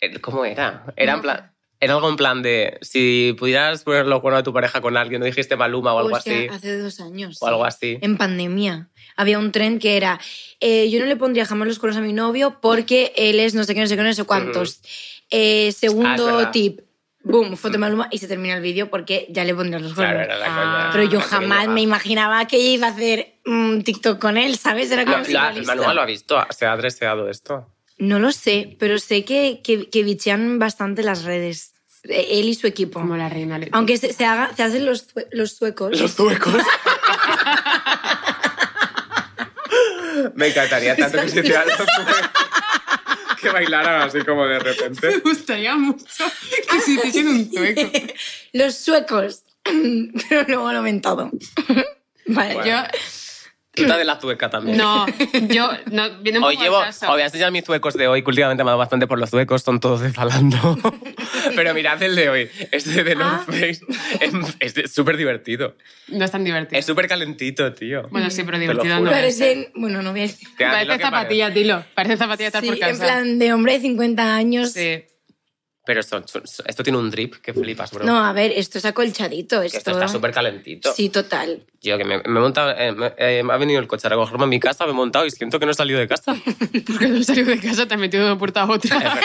Speaker 5: Eh, ¿Cómo era? Era, en plan, era algo en plan de si pudieras ponerlo los cuernos a tu pareja con alguien, no dijiste Maluma o algo
Speaker 3: Hostia, ah,
Speaker 5: así.
Speaker 3: hace dos años.
Speaker 5: O algo
Speaker 3: sí.
Speaker 5: así.
Speaker 3: En pandemia. Había un tren que era, eh, yo no le pondría jamás los cuernos a mi novio porque él es no sé qué, no sé qué, no sé cuántos. Eh,
Speaker 5: Mm. Ah, es
Speaker 3: segundo
Speaker 5: verdad. Mm.
Speaker 3: tip, boom, foto de Maluma y se termina el vídeo porque ya le pondría los cuernos.
Speaker 5: Claro, era la
Speaker 4: Ah.
Speaker 5: coña.
Speaker 3: Pero yo
Speaker 5: Así que
Speaker 3: jamás
Speaker 5: no,
Speaker 3: me
Speaker 5: ah.
Speaker 3: imaginaba que ella iba a hacer un TikTok con él, ¿sabes? Era como
Speaker 5: Lo-
Speaker 3: si
Speaker 5: lo ha-
Speaker 3: fuera lista.
Speaker 5: Maluma lo ha visto, se ha dreseado esto.
Speaker 3: No lo sé, pero sé que, que, que bichean bastante las redes. Eh, Él y su equipo.
Speaker 4: Como la reina Leti.
Speaker 3: Aunque se, se haga, se hacen los, zue- los suecos.
Speaker 5: Los suecos. me encantaría tanto que se hicieran los suecos. Que bailaran así como de repente.
Speaker 4: Me gustaría mucho que se hiciesen un sueco.
Speaker 3: Los suecos. pero luego lo he inventado. vale.
Speaker 5: Bueno.
Speaker 4: Yo,
Speaker 5: Tú estás de la sueca también.
Speaker 4: no, yo, no, viene un
Speaker 5: Hoy
Speaker 4: poco
Speaker 5: llevo,
Speaker 4: al
Speaker 5: os
Speaker 4: caso.
Speaker 5: voy a enseñar mis suecos de hoy, que últimamente me ha dado bastante por los suecos, son todos de Zalando. Pero mirad el de hoy, este de North
Speaker 3: Ah.
Speaker 5: Face, es es súper divertido.
Speaker 4: No es tan divertido.
Speaker 5: Es súper calentito, tío.
Speaker 4: Bueno, sí, pero
Speaker 5: Te lo
Speaker 4: divertido no
Speaker 5: juro.
Speaker 4: es.
Speaker 3: Parecen. Bueno, no voy a decir.
Speaker 5: Que a mí lo
Speaker 4: Parece
Speaker 5: que
Speaker 4: zapatillas, dilo. Parece
Speaker 3: Sí,
Speaker 4: zapatillas estar por casa.
Speaker 3: en plan de hombre de 50 años.
Speaker 4: Sí.
Speaker 5: parece. Pero esto, esto tiene un drip que flipas, bro.
Speaker 3: No, a ver, esto es acolchadito.
Speaker 5: Que
Speaker 3: Esto,
Speaker 5: esto está súper calentito.
Speaker 3: Sí, total.
Speaker 5: Yo que me, me he montado, eh, me, eh, me ha venido el coche a recogerme a mi casa, me he montado y siento que no he salido de casa.
Speaker 4: Porque no salió de casa, te has metido de una puerta a
Speaker 5: Es
Speaker 4: otra.
Speaker 5: verdad.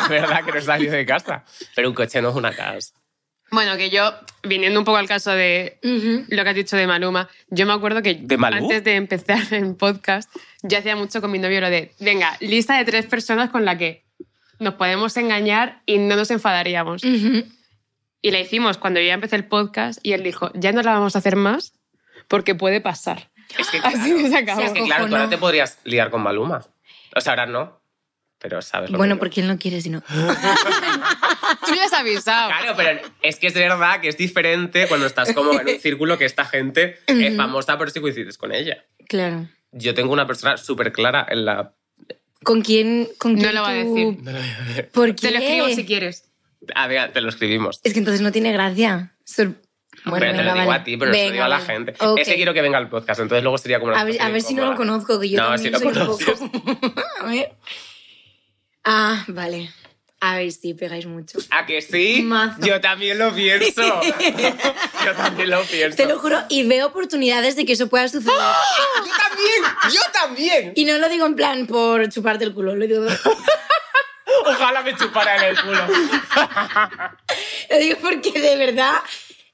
Speaker 5: Es verdad que no he salido de casa. Pero un coche no es una casa.
Speaker 4: bueno, que yo, viniendo un poco al caso de
Speaker 3: Ujú.
Speaker 4: lo que has dicho de Maluma, yo me acuerdo que
Speaker 5: ¿De Malú?
Speaker 4: antes de empezar en podcast, yo hacía mucho con mi novio lo de, venga, lista de tres personas con la que nos podemos engañar y no nos enfadaríamos.
Speaker 3: Ujú.
Speaker 4: Y la hicimos cuando yo ya empecé el podcast y él dijo, ya no la vamos a hacer más porque puede pasar.
Speaker 5: Es que,
Speaker 4: Así que se acabó.
Speaker 5: Es que claro, tú
Speaker 3: Ojo,
Speaker 5: ahora
Speaker 3: no.
Speaker 5: te podrías liar con Maluma. O sea, ahora no. Pero sabes lo
Speaker 3: Bueno,
Speaker 5: que
Speaker 3: porque él no quiere, sino.
Speaker 4: Tú ya has avisado.
Speaker 5: Claro, pero es que es verdad que es diferente cuando estás como en un círculo que esta gente es famosa, pero si coincides con ella.
Speaker 3: Claro.
Speaker 5: Yo tengo una persona súper clara en la...
Speaker 3: ¿Con quién? Con
Speaker 4: No
Speaker 3: quién
Speaker 4: lo va a
Speaker 3: tú-
Speaker 4: decir.
Speaker 3: ¿Por qué?
Speaker 4: Te lo escribo si quieres.
Speaker 5: A ver, te lo escribimos.
Speaker 3: Es que entonces no tiene gracia. Sor- Bueno,
Speaker 5: pero te
Speaker 3: venga,
Speaker 5: lo digo
Speaker 3: vale.
Speaker 5: a ti, pero no se lo
Speaker 3: Venga,
Speaker 5: digo a la
Speaker 3: vale.
Speaker 5: gente.
Speaker 3: Ok.
Speaker 5: Ese quiero que venga al podcast, entonces luego sería como una
Speaker 3: A ver, a
Speaker 5: situación
Speaker 3: ver si no lo
Speaker 5: incómoda.
Speaker 3: conozco, que yo
Speaker 5: No,
Speaker 3: también
Speaker 5: si lo
Speaker 3: soy un poco. a ver. Ah, vale. A ver si pegáis mucho.
Speaker 5: ¿A que sí?
Speaker 3: Mazo.
Speaker 5: Yo también lo pienso. Yo también lo pienso.
Speaker 3: Te lo juro, y veo oportunidades de que eso pueda suceder.
Speaker 5: Yo también, yo también.
Speaker 3: Y no lo digo en plan por chuparte el culo, lo digo, lo
Speaker 5: Ojalá me chuparan el culo.
Speaker 3: digo porque de verdad,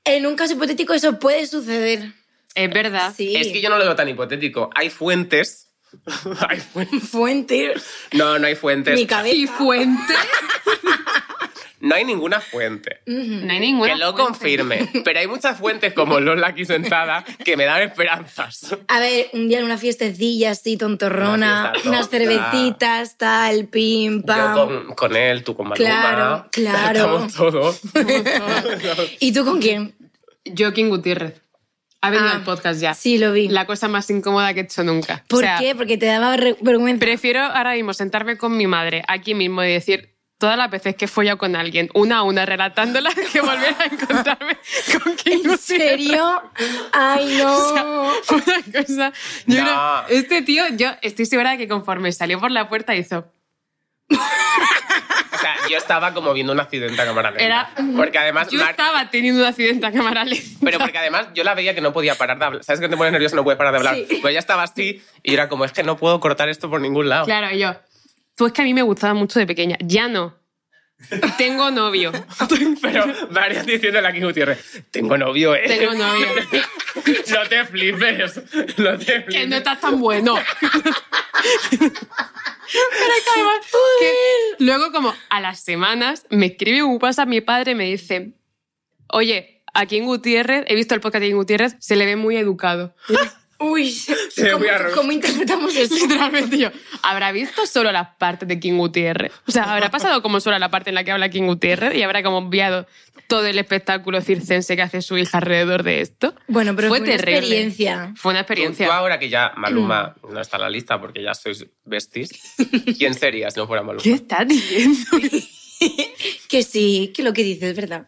Speaker 3: en un caso hipotético eso puede suceder.
Speaker 4: Es verdad.
Speaker 3: Sí.
Speaker 5: Ah, Es que yo no lo veo tan hipotético. Hay fuentes. Hay fuentes.
Speaker 3: Fuente,
Speaker 5: No, no hay fuentes.
Speaker 3: mi cabeza.
Speaker 4: ¿Y fuente?
Speaker 5: No hay ninguna fuente.
Speaker 4: No hay ninguna.
Speaker 5: que lo
Speaker 4: fuente.
Speaker 5: confirme. Pero hay muchas fuentes como Lola aquí sentada que me dan esperanzas.
Speaker 3: A ver, un día en una fiestecilla así, tontorrona,
Speaker 5: Una fiesta
Speaker 3: unas
Speaker 5: tonta.
Speaker 3: cervecitas, tal, pim, pam.
Speaker 5: Yo con, con él, tú con Maluma.
Speaker 3: Claro, claro.
Speaker 5: Estamos todos.
Speaker 3: ¿Y tú con quién?
Speaker 4: Joaquín Gutiérrez. Ha venido
Speaker 3: Ah,
Speaker 4: al podcast ya.
Speaker 3: Sí, lo vi.
Speaker 4: La cosa más incómoda que he hecho nunca.
Speaker 3: ¿Por
Speaker 4: O sea,
Speaker 3: qué? Porque te daba re- vergüenza.
Speaker 4: Prefiero ahora mismo sentarme con mi madre aquí mismo y decir todas las veces que he follado con alguien, una a una, relatándola, que volver a encontrarme con quien
Speaker 3: ¿En serio? Ay, no.
Speaker 4: Una cosa. yo
Speaker 5: No.
Speaker 4: era- este tío, yo estoy segura de que conforme salió por la puerta hizo.
Speaker 5: O sea, yo estaba como viendo un accidente a cámara lenta.
Speaker 4: Era.
Speaker 5: Porque además...
Speaker 4: Yo
Speaker 5: Mar-
Speaker 4: estaba teniendo un accidente a cámara lenta.
Speaker 5: Pero porque además yo la veía que no podía parar de hablar. ¿Sabes que te pones nerviosa no puedes parar de hablar?
Speaker 3: Sí.
Speaker 5: Pues ella estaba así y era como, es que no puedo cortar esto por ningún lado.
Speaker 4: Claro, y yo. Tú es que a mí me gustaba mucho de pequeña. Ya no. Tengo novio.
Speaker 5: Pero varias diciéndole aquí Gutiérrez, tengo novio, ¿eh?
Speaker 4: Tengo novio.
Speaker 5: no te flipes, no te flipes.
Speaker 4: que no estás tan bueno. Pero es que además, que luego como a las semanas me escribe un WhatsApp mi padre y me dice, oye, aquí en Gutiérrez, he visto el podcast de King Gutiérrez, se le ve muy educado.
Speaker 3: Uy,
Speaker 5: me
Speaker 3: ¿cómo,
Speaker 5: voy a arro-
Speaker 3: cómo interpretamos eso?
Speaker 4: Literalmente yo, ¿habrá visto solo las partes de King Gutiérrez? O sea, habrá pasado como solo la parte en la que habla King Gutiérrez y habrá como obviado todo el espectáculo circense que hace su hija alrededor de esto.
Speaker 3: Bueno, pero fue, una
Speaker 4: terrible.
Speaker 3: experiencia.
Speaker 4: Fue una
Speaker 5: Tú,
Speaker 4: experiencia. Mm.
Speaker 5: tú ahora que ya Maluma no está en la lista porque ya sois besties, ¿quién serías si no fuera Maluma?
Speaker 4: ¿Qué estás diciendo?
Speaker 3: Que sí, que lo que dices es verdad.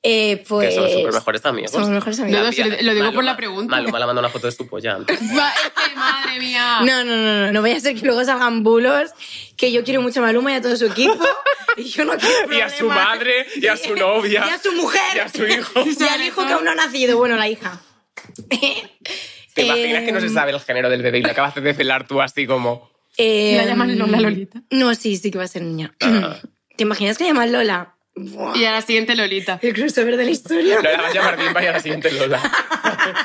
Speaker 3: Eh, pues...
Speaker 5: Que son súper mejores amigos.
Speaker 3: Somos mejores
Speaker 4: No,
Speaker 3: amigos.
Speaker 4: no, si lo- lo digo por la pregunta.
Speaker 5: Maluma le mandó una foto de su polla antes.
Speaker 4: Va, es que, madre mía.
Speaker 3: No, no, no, no, no vaya a ser que luego salgan bulos, que yo quiero mucho a Maluma y a todo su equipo, y yo no quiero
Speaker 5: Y a su
Speaker 3: problemas.
Speaker 5: madre, y a su novia.
Speaker 3: y a su mujer,
Speaker 5: y a su hijo.
Speaker 3: y al hijo que aún no ha nacido, bueno, la hija.
Speaker 5: ¿Te imaginas que no se
Speaker 3: Em,
Speaker 5: sabe el género del bebé y lo acabas de celar tú así como...
Speaker 3: Eh,
Speaker 4: ¿La llaman Lola Lolita?
Speaker 3: No, sí, sí que va a ser niña.
Speaker 5: Ah.
Speaker 3: ¿Te imaginas que la llaman Lola? Buah,
Speaker 4: Y a la siguiente Lolita.
Speaker 3: El crossover de la historia.
Speaker 5: No la vas a llamar bien para la siguiente Lola.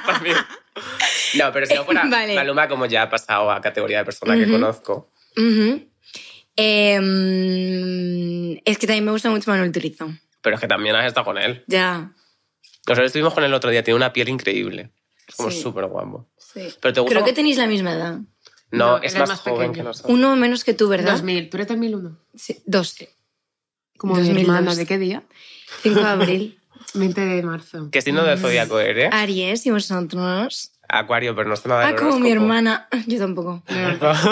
Speaker 5: También. No, pero si no fuera
Speaker 3: Vale.
Speaker 5: Maluma, como ya ha pasado a categoría de persona que conozco.
Speaker 3: Ujú. Em, es que también me gusta mucho Manuel Turizo.
Speaker 5: Pero es que también has estado con él.
Speaker 3: Ya.
Speaker 5: Nosotros estuvimos con él el otro día, tiene una piel increíble. Es como
Speaker 3: Sí.
Speaker 5: súper guapo.
Speaker 3: Sí.
Speaker 5: Pero te gusta.
Speaker 3: Creo que tenéis la misma edad.
Speaker 4: No,
Speaker 5: No, es
Speaker 4: él es
Speaker 5: más,
Speaker 4: más
Speaker 5: joven
Speaker 4: pequeño.
Speaker 5: que nosotros.
Speaker 3: Uno menos que tú, ¿verdad?
Speaker 4: 2000, tú eres 2001.
Speaker 3: Sí, dos.
Speaker 4: Como mi
Speaker 3: 2002.
Speaker 4: hermana, ¿de qué día?
Speaker 3: 5 de abril.
Speaker 4: 20 de marzo.
Speaker 5: Que signo del
Speaker 3: Mm.
Speaker 5: zodiaco eres.
Speaker 3: Aries y vosotros.
Speaker 5: Acuario, pero no está nada
Speaker 3: Ah,
Speaker 5: del
Speaker 3: como mi
Speaker 5: horóscopo.
Speaker 3: hermana. Yo tampoco.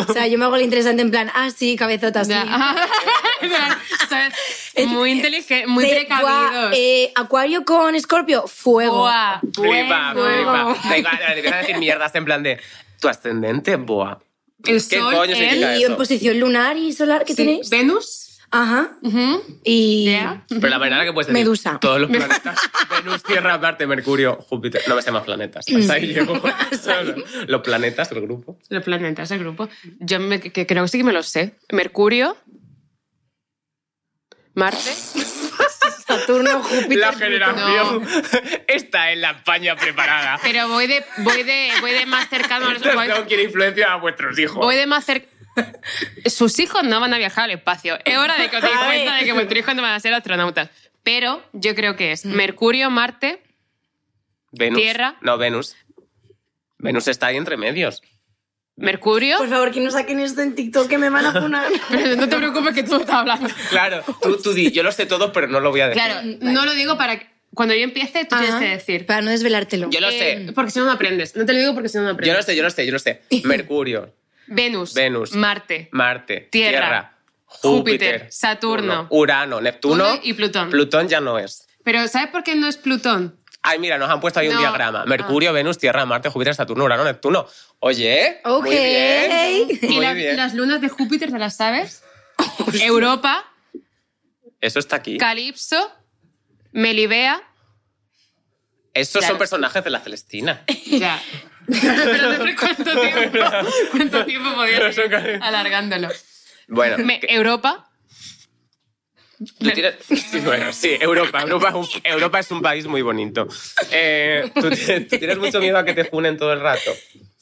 Speaker 3: O sea, yo me hago lo interesante en plan, ah, sí, cabezota, sí.
Speaker 4: Ya. ¿Sabes? muy inteligente, muy
Speaker 3: Te-
Speaker 4: precavidos.
Speaker 3: Buah, eh, Acuario con Escorpio, fuego.
Speaker 4: Buah,
Speaker 5: Flipa,
Speaker 4: bueno.
Speaker 5: flipa. Da igual, te empiezan a decir mierdas en plan de. Tu ascendente, boa.
Speaker 4: El
Speaker 5: ¿Qué
Speaker 4: sol,
Speaker 5: coño
Speaker 4: él,
Speaker 5: significa
Speaker 3: Y
Speaker 5: eso?
Speaker 3: en posición lunar y solar que
Speaker 4: sí,
Speaker 3: tenéis.
Speaker 4: Venus.
Speaker 3: Ajá.
Speaker 4: ujú,
Speaker 3: Y.
Speaker 4: Lea.
Speaker 5: Pero la manera que puedes decir.
Speaker 3: Medusa.
Speaker 5: Todos los planetas. Venus, Tierra, Marte, Mercurio, Júpiter. No me sé más planetas. Hasta ahí llego. los planetas del grupo.
Speaker 4: Los planetas del grupo. Yo me- que creo que sí que me lo sé. Mercurio. Marte.
Speaker 3: Saturno, Júpiter.
Speaker 5: La
Speaker 4: Ah,
Speaker 3: Plutón.
Speaker 5: generación está en la España preparada.
Speaker 4: Pero voy de, voy de, voy de más cercano a los.
Speaker 5: Entonces
Speaker 4: Voy,
Speaker 5: no quiere influenciar a vuestros hijos.
Speaker 4: voy de más cerca. Sus hijos no van a viajar al espacio. Es hora de que os deis
Speaker 3: Ay.
Speaker 4: cuenta de que vuestros hijos no van a ser astronautas. Pero yo creo que es Mercurio, Marte.
Speaker 5: Venus.
Speaker 4: Tierra.
Speaker 5: No, Venus. Venus está ahí entre medios.
Speaker 4: Mercurio.
Speaker 3: Por favor, que no saquen esto en TikTok, que me van a funar.
Speaker 4: Pero no te preocupes que tú estás hablando.
Speaker 5: Claro, tú, tú di, yo lo sé todo, pero no lo voy a decir.
Speaker 4: Claro, no lo digo para que. Cuando yo empiece, tú tienes
Speaker 3: Ajá,
Speaker 4: que decir.
Speaker 3: Para no desvelártelo.
Speaker 5: Yo lo
Speaker 4: Eh,
Speaker 5: sé.
Speaker 4: porque si no, no aprendes. No te lo digo porque si no, no
Speaker 5: Yo
Speaker 4: aprendes.
Speaker 5: lo sé, yo lo sé, yo lo sé. Mercurio,
Speaker 4: Venus.
Speaker 5: Venus.
Speaker 4: Marte.
Speaker 5: Marte,
Speaker 4: Tierra,
Speaker 5: Tierra, Júpiter,
Speaker 4: Júpiter, Saturno,
Speaker 5: Urano, Neptuno
Speaker 4: Urano y Plutón.
Speaker 5: Plutón ya no es.
Speaker 4: Pero ¿sabes por qué no es Plutón?
Speaker 5: Ay, mira, nos han puesto ahí
Speaker 4: No. Ah.
Speaker 5: un diagrama. Mercurio, Venus, Tierra, Marte, Júpiter, Saturno, Urano, Neptuno. Oye,
Speaker 3: Ok.
Speaker 5: muy bien.
Speaker 4: ¿Y
Speaker 5: Muy
Speaker 4: la-
Speaker 5: bien.
Speaker 4: las lunas de Júpiter te las sabes? Europa,
Speaker 5: Eso está aquí.
Speaker 4: Calipso, Melibea.
Speaker 5: Esos
Speaker 4: Claro.
Speaker 5: son personajes de la Celestina.
Speaker 4: Ya. Pero no sé cuánto tiempo, cuánto tiempo podía
Speaker 5: Pero son
Speaker 4: seguir
Speaker 5: Calipso.
Speaker 4: alargándolo.
Speaker 5: Bueno,
Speaker 4: Me-
Speaker 5: que-
Speaker 4: Europa.
Speaker 5: tú tienes- sí, bueno, sí, Europa. Europa es, un, Europa es un país muy bonito. Eh, ¿tú, ti- tú tienes mucho miedo a que te funen todo el rato.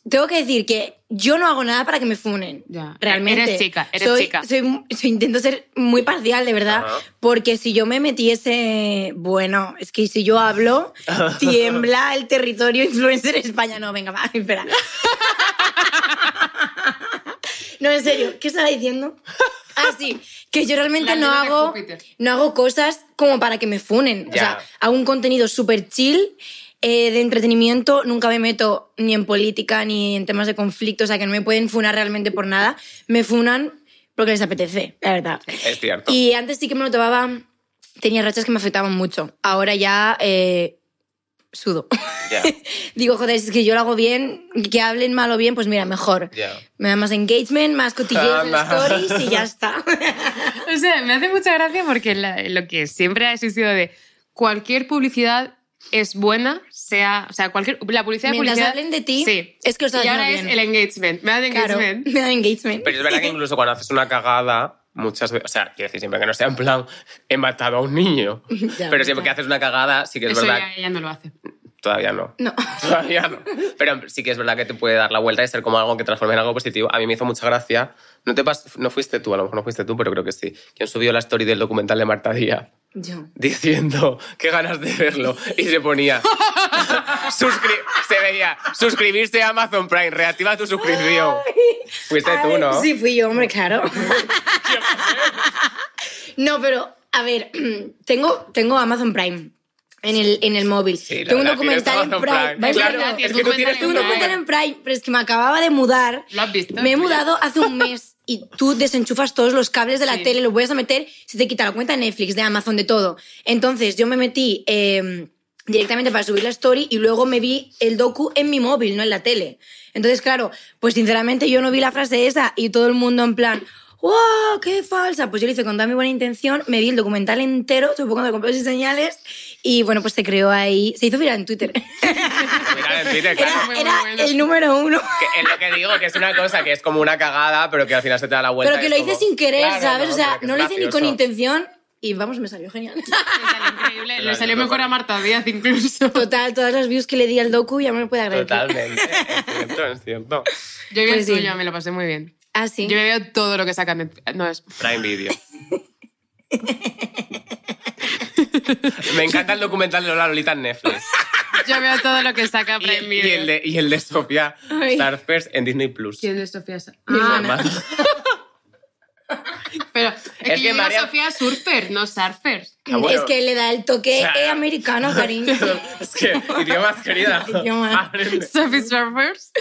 Speaker 3: Tengo que decir que yo no hago nada para que me funen.
Speaker 4: Ya. e-,
Speaker 3: Realmente.
Speaker 4: Eres chica, eres
Speaker 3: Soy-
Speaker 4: chica.
Speaker 3: soy mu- soy- intento ser muy parcial, de verdad.
Speaker 5: Ajá.
Speaker 3: Porque si yo me metiese. Bueno, es que si yo hablo, tiembla el territorio influencer España. No, venga, va, espera. No, en serio, ¿qué estaba diciendo? Ah, sí, que yo realmente
Speaker 4: La
Speaker 3: no
Speaker 4: luna de
Speaker 3: hago,
Speaker 4: Júpiter.
Speaker 3: no hago cosas como para que me funen. O
Speaker 5: Ya.
Speaker 3: sea, hago un contenido súper chill eh, de entretenimiento. Nunca me meto ni en política ni en temas de conflicto. O sea, que no me pueden funar realmente por nada. Me funan porque les apetece, la verdad.
Speaker 5: Es cierto.
Speaker 3: Y antes sí que me lo tomaba... Tenía rachas que me afectaban mucho. Ahora ya eh, sudo.
Speaker 5: Ya,
Speaker 3: Digo, joder, si es que yo lo hago bien, que hablen mal o bien, pues mira, mejor.
Speaker 5: ya.
Speaker 3: Me da más engagement, más cotilleos en
Speaker 5: Ah, más.
Speaker 3: stories y ya está.
Speaker 4: O sea, me hace mucha gracia porque la- lo que siempre ha existido de cualquier publicidad es buena, sea, o sea, cualquier la publicidad de
Speaker 3: Mientras
Speaker 4: publicidad
Speaker 3: hablen de ti,
Speaker 4: sí.
Speaker 3: es que lo estás
Speaker 4: Y ahora es
Speaker 3: haciendo
Speaker 4: el engagement, me da
Speaker 3: Claro,
Speaker 4: engagement.
Speaker 3: me da engagement.
Speaker 5: Pero es verdad que incluso cuando haces una cagada, muchas veces, o sea, quiero decir, siempre que no sea en plan, he matado a un niño,
Speaker 3: Ya,
Speaker 5: pero siempre
Speaker 3: ya.
Speaker 5: que haces una cagada, sí que es
Speaker 4: Eso
Speaker 5: verdad,
Speaker 4: ya, ya no lo hace.
Speaker 5: todavía no.
Speaker 3: No.
Speaker 5: Todavía no. Pero sí que es verdad que te puede dar la vuelta y ser como algo que transforme en algo positivo. A mí me hizo mucha gracia. No, te pas- no fuiste tú, a lo mejor no fuiste tú, pero creo que sí. Quien subió la story del documental de Marta Díaz
Speaker 3: Yo.
Speaker 5: diciendo qué ganas de verlo y se ponía suscri- se veía suscribirse a Amazon Prime reactiva tu suscripción fuiste
Speaker 3: A
Speaker 5: tú
Speaker 3: ver,
Speaker 5: no
Speaker 3: Sí, fui yo, hombre, claro. no, pero, a ver, tengo, tengo Amazon Prime en el, en el móvil.
Speaker 5: Sí, la
Speaker 3: tengo un
Speaker 5: verdad, tienes
Speaker 3: documental en
Speaker 5: Amazon
Speaker 3: Prime.
Speaker 5: Prime.
Speaker 3: ¿Vais
Speaker 5: Claro,
Speaker 3: viendo?
Speaker 5: es que tú tienes
Speaker 3: Tengo un documental
Speaker 5: Prime.
Speaker 3: en Prime, pero es que me acababa de mudar.
Speaker 4: ¿Lo has visto?
Speaker 3: Me he mudado hace un mes y tú desenchufas todos los cables de la
Speaker 4: Sí.
Speaker 3: tele, los vuelves a meter, se te quita la cuenta de Netflix, de Amazon, de todo. Entonces yo me metí eh, directamente para subir la story y luego me vi el docu en mi móvil, no en la tele. Entonces, claro, pues sinceramente yo no vi la frase esa y todo el mundo en plan... ¡Wow! ¡Qué falsa! Pues yo lo hice con toda mi buena intención, me vi el documental entero, supongo cuando compré y señales, y bueno, pues se creó ahí. Se hizo viral en Twitter.
Speaker 5: Mira, en Twitter, claro.
Speaker 3: Era,
Speaker 4: muy
Speaker 3: era
Speaker 4: bueno.
Speaker 3: el número uno.
Speaker 5: Que es lo que digo que es una cosa que es como una cagada pero que al final se te da la vuelta
Speaker 3: Pero que
Speaker 5: y
Speaker 3: lo
Speaker 5: es
Speaker 3: hice
Speaker 5: como-
Speaker 3: sin querer,
Speaker 5: Claro,
Speaker 3: ¿sabes? o sea,
Speaker 5: pero que
Speaker 3: no
Speaker 5: es
Speaker 3: lo hice ni con
Speaker 5: gracioso.
Speaker 3: intención y vamos, me salió genial.
Speaker 4: Le salió increíble,
Speaker 5: Claro,
Speaker 4: le salió
Speaker 5: no
Speaker 4: mejor
Speaker 5: pasa.
Speaker 4: a Marta Díaz incluso.
Speaker 3: Total, todas las views que le di al docu ya me lo puede agradecer.
Speaker 5: totalmente es cierto es cierto
Speaker 4: Yo vi
Speaker 3: Pues sí.
Speaker 4: el tuyo, me lo pasé muy bien.
Speaker 3: Ah, sí.
Speaker 4: Yo me veo todo lo que sacan. de- No es.
Speaker 5: Prime Video. Me encanta el documental de Lola Lolita en Netflix.
Speaker 4: Yo veo todo lo que saca
Speaker 5: Y,
Speaker 4: Prime
Speaker 5: y el
Speaker 4: Video.
Speaker 5: de, y el de Sofía
Speaker 3: Ay.
Speaker 5: Starfers en Disney Plus.
Speaker 4: ¿Quién es Sofía? Sa-
Speaker 3: Mi
Speaker 4: Ah,
Speaker 3: hermana.
Speaker 4: pero es, que,
Speaker 5: que
Speaker 4: yo digo
Speaker 5: María-
Speaker 4: Sofía Surfer, no Surfer.
Speaker 5: Ah, bueno.
Speaker 3: Es que le da el toque
Speaker 5: Claro.
Speaker 3: eh, americano, cariño.
Speaker 5: es que, idiomas, querida.
Speaker 3: Idioma.
Speaker 5: Aprende.
Speaker 4: Sophie Surfers.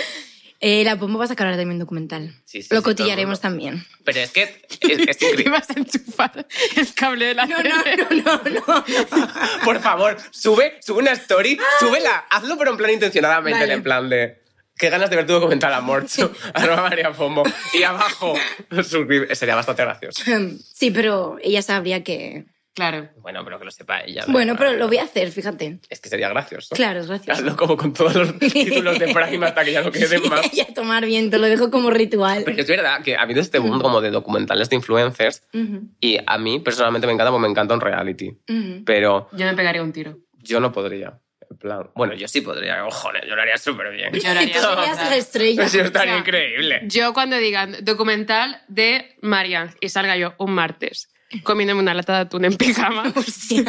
Speaker 3: Eh, la pompa va a sacar ahora también documental.
Speaker 5: Sí, sí,
Speaker 3: lo
Speaker 5: sí,
Speaker 3: cotillaremos
Speaker 5: todo
Speaker 3: también.
Speaker 5: Pero es que es, es increíble.
Speaker 4: Ibas a enchufar el cable de la
Speaker 3: No,
Speaker 4: tele.
Speaker 3: no, no, no, no.
Speaker 5: Por favor, sube, sube una story, súbela. Hazlo pero en plan intencionadamente,
Speaker 3: Vale.
Speaker 5: en plan de... Qué ganas de ver tu documental a Morcho, arroba María Pombo. Y abajo, suscribe. Sería bastante gracioso.
Speaker 3: Sí, pero ella sabría que.
Speaker 4: Claro.
Speaker 5: Bueno, pero que lo sepa ella. da
Speaker 3: Bueno,
Speaker 5: igual.
Speaker 3: pero lo voy a hacer, fíjate.
Speaker 5: Es que sería gracioso.
Speaker 3: Claro, es gracioso.
Speaker 5: Hazlo como con todos los títulos de Prime hasta que ya no queden más.
Speaker 3: Y a tomar viento, lo dejo como ritual.
Speaker 5: Pero es verdad que ha habido este mundo como de documentales de influencers
Speaker 3: Ujú,
Speaker 5: y a mí personalmente me encanta porque me encanta un reality.
Speaker 3: ujú.
Speaker 5: Pero
Speaker 4: Yo me pegaría un tiro.
Speaker 5: yo no podría. En plan, bueno, yo sí podría, cojones, yo lo haría súper bien.
Speaker 4: Yo lo
Speaker 3: Y tú
Speaker 4: haría.
Speaker 3: serías la estrella.
Speaker 5: Eso estaría
Speaker 4: o sea,
Speaker 5: increíble.
Speaker 4: Yo cuando digan documental de Marian y salga yo un martes comiéndome una lata de atún en pijama.
Speaker 3: Hostia.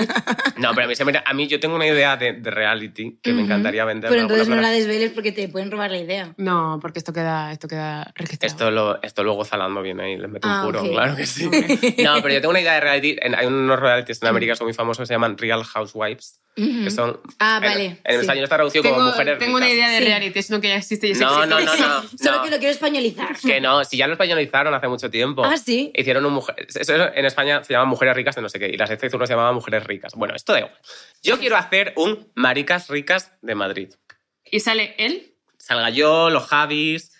Speaker 5: No, pero a mí, se me- a mí yo tengo una idea de, de reality que me
Speaker 3: Ujú.
Speaker 5: encantaría vender.
Speaker 3: Pero
Speaker 5: en alguna
Speaker 3: entonces no la
Speaker 5: plataforma.
Speaker 3: desveles porque te pueden robar la idea.
Speaker 4: No, porque esto queda, esto queda registrado.
Speaker 5: Esto, lo, esto luego Zalando viene ahí, les meto
Speaker 3: Ah,
Speaker 5: un puro,
Speaker 3: ok.
Speaker 5: claro que sí. No, pero yo tengo una idea de reality. en- Hay unos realities en América que son muy famosos que se llaman Real Housewives, que son...
Speaker 3: Ah,
Speaker 5: en-
Speaker 3: vale,
Speaker 5: En, el
Speaker 3: sí.
Speaker 5: español está traducido
Speaker 4: tengo,
Speaker 5: como mujeres
Speaker 4: tengo una
Speaker 5: ricas.
Speaker 4: idea de
Speaker 3: Sí.
Speaker 4: reality, es lo que ya existe y es
Speaker 5: No,
Speaker 4: exitoso.
Speaker 5: no, no, no.
Speaker 3: Solo
Speaker 5: no.
Speaker 3: que lo quiero españolizar.
Speaker 5: Que no, si ya lo españolizaron hace mucho tiempo.
Speaker 3: Ah, sí.
Speaker 5: Hicieron un mujer. Eso en España se llama Mujeres Ricas de no sé qué. Y las de turno se llamaban Mujeres Ricas. Bueno, esto da igual. Yo quiero hacer un Maricas Ricas de Madrid.
Speaker 4: Y sale él.
Speaker 5: Salga yo, los Javis.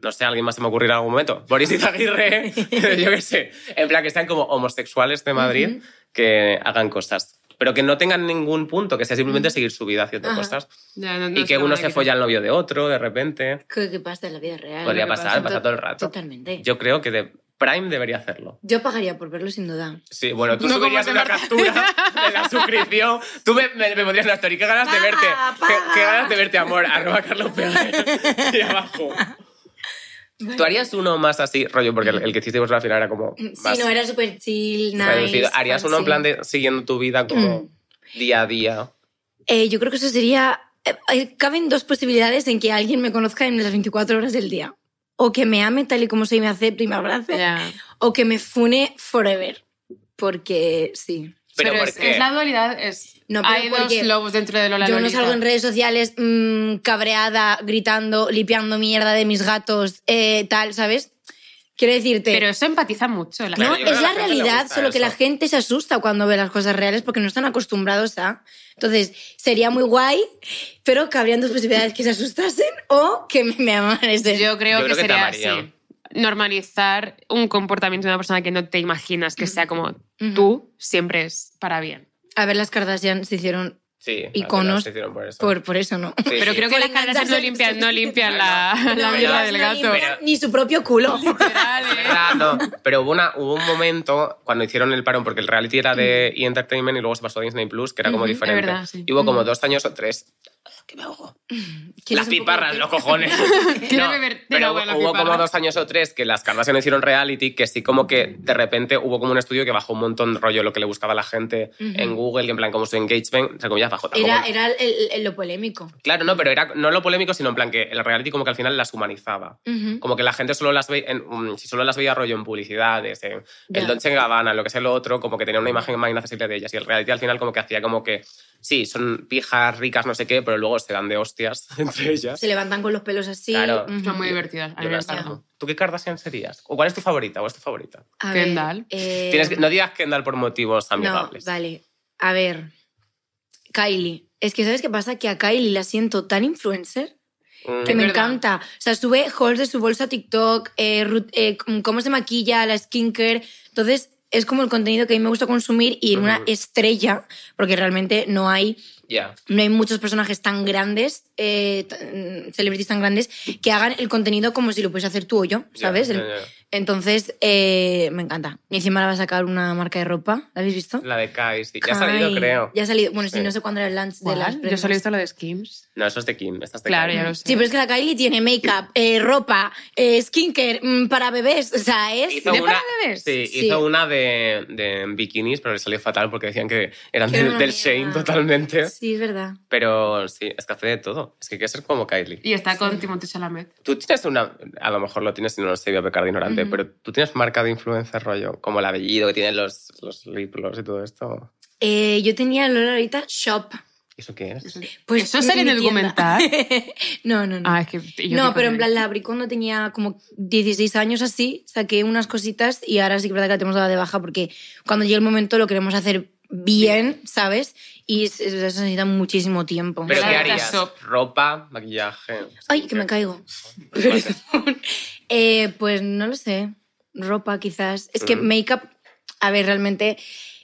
Speaker 5: no sé, alguien más se me ocurrirá en algún momento. Boris Izaguirre, yo qué sé. En plan, que sean como homosexuales de Madrid que hagan cosas. Pero que no tengan ningún punto, que sea simplemente seguir su vida haciendo
Speaker 3: Ajá.
Speaker 5: cosas.
Speaker 4: Ya, no- no
Speaker 5: y
Speaker 4: sé
Speaker 5: que uno
Speaker 4: ahora
Speaker 5: se
Speaker 4: qué-
Speaker 5: folla al novio de otro, de repente.
Speaker 3: ¿Qué, qué pasa en la vida real?
Speaker 5: Podría
Speaker 4: que pasa
Speaker 5: pasar, pasa
Speaker 4: to-
Speaker 5: todo el rato.
Speaker 3: Totalmente. Yo...
Speaker 5: Yo creo que de Prime debería hacerlo.
Speaker 3: pagaría por verlo sin duda.
Speaker 5: Sí, bueno, tú
Speaker 4: No como
Speaker 5: subirías
Speaker 4: se
Speaker 5: una
Speaker 4: marca.
Speaker 5: captura de la suscripción. Tú me, me, me pondrías una story. ¡Qué ganas de
Speaker 3: Paga,
Speaker 5: verte! Qué,
Speaker 3: paga.
Speaker 5: qué ganas de verte, amor! Arroba Carlos Pérez. Y abajo. ¿Tú harías uno más así, rollo? Porque el, el que hiciste vosotros al final era como
Speaker 4: Mm,
Speaker 5: más
Speaker 3: Sí, no, era súper chill, nice.
Speaker 5: reducido. ¿Harías uno en
Speaker 3: fancy.
Speaker 5: plan de siguiendo tu vida como
Speaker 4: Mm.
Speaker 5: día a día?
Speaker 3: Eh, yo creo que eso sería... eh, eh, caben dos posibilidades en que alguien me conozca en las 24 horas del día. O que me ame tal y como soy, me acepte y me abrace.
Speaker 4: Ya.
Speaker 3: O que me fune forever. Porque sí.
Speaker 5: Pero,
Speaker 4: Pero
Speaker 5: ¿por
Speaker 4: es,
Speaker 5: qué?
Speaker 4: es la dualidad. Es,
Speaker 3: No, pero
Speaker 4: hay dos
Speaker 3: porque
Speaker 4: lobos dentro de Lola
Speaker 3: Yo no
Speaker 4: Lolita.
Speaker 3: salgo en redes sociales mm, cabreada, gritando, limpiando mierda de mis gatos, eh, tal, ¿sabes? Quiero decirte,
Speaker 4: Pero eso empatiza mucho. La
Speaker 5: Claro,
Speaker 3: no,
Speaker 5: yo creo
Speaker 3: es
Speaker 5: que a
Speaker 3: la
Speaker 5: la gente le
Speaker 3: realidad,
Speaker 5: gusta
Speaker 3: solo que
Speaker 5: eso.
Speaker 3: la gente se asusta cuando ve las cosas reales porque no están acostumbrados a... Entonces, sería muy guay, pero que habrían dos posibilidades, que se asustasen o que me, me amanesen.
Speaker 4: Yo creo
Speaker 5: Yo
Speaker 4: que
Speaker 5: creo que te
Speaker 4: sería
Speaker 5: amaría.
Speaker 4: así. Normalizar un comportamiento de una persona que no te imaginas que sea como tú siempre es para bien.
Speaker 3: A ver, las Kardashian se hicieron
Speaker 5: Sí, al final
Speaker 3: Iconos
Speaker 5: se hicieron por eso.
Speaker 3: por, por eso, ¿no?
Speaker 5: Sí,
Speaker 4: Pero
Speaker 5: sí.
Speaker 4: creo que
Speaker 3: Por
Speaker 4: las caras no
Speaker 3: engancharse-
Speaker 4: limpian, no limpian la, la
Speaker 5: no,
Speaker 4: mierda
Speaker 5: no,
Speaker 4: del
Speaker 3: no
Speaker 4: gato.
Speaker 3: limpian Ni su propio culo.
Speaker 4: Literal, ¿eh?
Speaker 5: Ah, no, pero hubo, una- hubo un momento cuando hicieron el parón, porque el reality era de E! Entertainment y luego se pasó a Disney Plus, que era como
Speaker 3: Ujú, es
Speaker 5: diferente.
Speaker 4: verdad, sí.
Speaker 5: Y hubo como
Speaker 4: Ujú.
Speaker 5: dos años o tres. Que me ahogo.
Speaker 3: ¿Quieres un poco de
Speaker 5: Las piparras,
Speaker 3: té?
Speaker 5: los cojones.
Speaker 4: Quiero beber té,
Speaker 5: pero
Speaker 4: abuela,
Speaker 5: hubo
Speaker 4: piparra.
Speaker 5: como dos años o tres que las Kardashian hicieron reality, que sí como que de repente hubo como un estudio que bajó un montón rollo lo que le buscaba la gente en Google, que en plan como su engagement, entre comillas, bajó. Tampoco-
Speaker 3: Era, era el- el- el- lo polémico.
Speaker 5: Claro, no, pero era no lo polémico, sino en plan que el reality como que al final las humanizaba.
Speaker 3: Ujú.
Speaker 5: Como que la gente solo las veía, en- mm, si solo las veía rollo en publicidades, en
Speaker 3: Ya.
Speaker 5: el Dolce Gabbana, lo que sea lo otro, como que tenía una imagen más inaccesible de ellas. Y el reality al final como que hacía como que, sí, son pijas, ricas, no sé qué, pero luego se dan de hostias entre ellas.
Speaker 3: Se levantan con los pelos así.
Speaker 5: Claro.
Speaker 3: ujú.
Speaker 4: Son muy divertidas. A mí
Speaker 5: Yo
Speaker 4: me
Speaker 5: las
Speaker 4: encantan.
Speaker 5: amo. ¿Tú qué Kardashian serías? ¿O cuál es tu favorita? ¿Cuál es tu favorita?
Speaker 3: A
Speaker 4: Kendall.
Speaker 3: eh,
Speaker 5: Tienes que- no digas Kendall por motivos
Speaker 3: no,
Speaker 5: amigables.
Speaker 3: vale. A ver. Kylie. Es que, ¿sabes qué pasa? Que a Kylie la siento tan influencer
Speaker 5: Mm,
Speaker 3: que me
Speaker 4: verdad.
Speaker 3: encanta. O sea, sube hauls de su bolsa a TikTok, eh, rut- eh, c- cómo se maquilla, la skincare. Entonces, es como el contenido que a mí me gusta consumir y en una
Speaker 5: Ujú.
Speaker 3: estrella, porque realmente no hay
Speaker 5: ya.
Speaker 3: no hay muchos personajes tan grandes, eh, tan- celebrities tan grandes, que hagan el contenido como si lo pudiese hacer tú o yo,
Speaker 5: ya,
Speaker 3: ¿sabes?
Speaker 5: ya,
Speaker 3: El-
Speaker 5: ya.
Speaker 3: Entonces, eh, me encanta. Y encima ahora va a sacar una marca de ropa, ¿la habéis visto?
Speaker 5: La de Kai, sí. Ya ha salido,
Speaker 3: Ay,
Speaker 5: creo.
Speaker 3: Ya ha salido, bueno,
Speaker 5: Sí.
Speaker 3: si no sé cuándo era el launch de las
Speaker 4: ¿Cuál? Yo
Speaker 3: prendas.
Speaker 4: solo he visto lo de Skims.
Speaker 5: No, eso es de Kim. Esta es de
Speaker 4: Claro,
Speaker 5: Kylie.
Speaker 4: ya lo sé.
Speaker 3: Sí, pero es que la Kylie tiene make-up, eh, ropa, eh, skincare mm, para bebés, o sea, es...
Speaker 5: Hizo
Speaker 4: ¿De
Speaker 5: una,
Speaker 4: para bebés?
Speaker 5: sí,
Speaker 3: Sí.
Speaker 5: hizo una de, de bikinis, pero le salió fatal porque decían que eran
Speaker 3: Que era
Speaker 5: del,
Speaker 3: una
Speaker 5: del
Speaker 3: mierda.
Speaker 5: Shane totalmente.
Speaker 3: Sí, es verdad.
Speaker 5: Pero sí, es que hace de todo. Es que hay que ser como Kylie.
Speaker 4: Y está con Timothée Chalamet.
Speaker 5: Tú tienes una, a lo mejor lo tienes y no lo sé, voy a pecar de ignorante,
Speaker 3: Ujú.
Speaker 5: pero tú tienes marca de influencer rollo, como el apellido que tienen los, los lip gloss y todo esto.
Speaker 3: Eh, yo tenía el olor ahorita shop.
Speaker 5: ¿Y eso qué es?
Speaker 3: Pues
Speaker 4: ¿Eso sale en
Speaker 3: mi
Speaker 4: el
Speaker 3: tienda.
Speaker 4: documental?
Speaker 3: no, no, no.
Speaker 4: Ah, es que... yo
Speaker 3: No, pero
Speaker 4: qué coño.
Speaker 3: en plan la abrí cuando tenía como 16 años así, saqué unas cositas y ahora sí que es verdad que la tenemos dada de baja porque cuando llegue el momento lo queremos hacer bien, ¿sabes? Y es- es- eso necesita muchísimo tiempo.
Speaker 5: ¿Pero
Speaker 4: La
Speaker 5: qué
Speaker 4: de
Speaker 5: harías?
Speaker 4: Tasop.
Speaker 5: ¿Ropa? ¿Maquillaje?
Speaker 3: Ay, que me caigo. Perdón. Eh, pues no lo sé. Ropa quizás. Es que
Speaker 5: Ujú.
Speaker 3: make-up, a ver, realmente,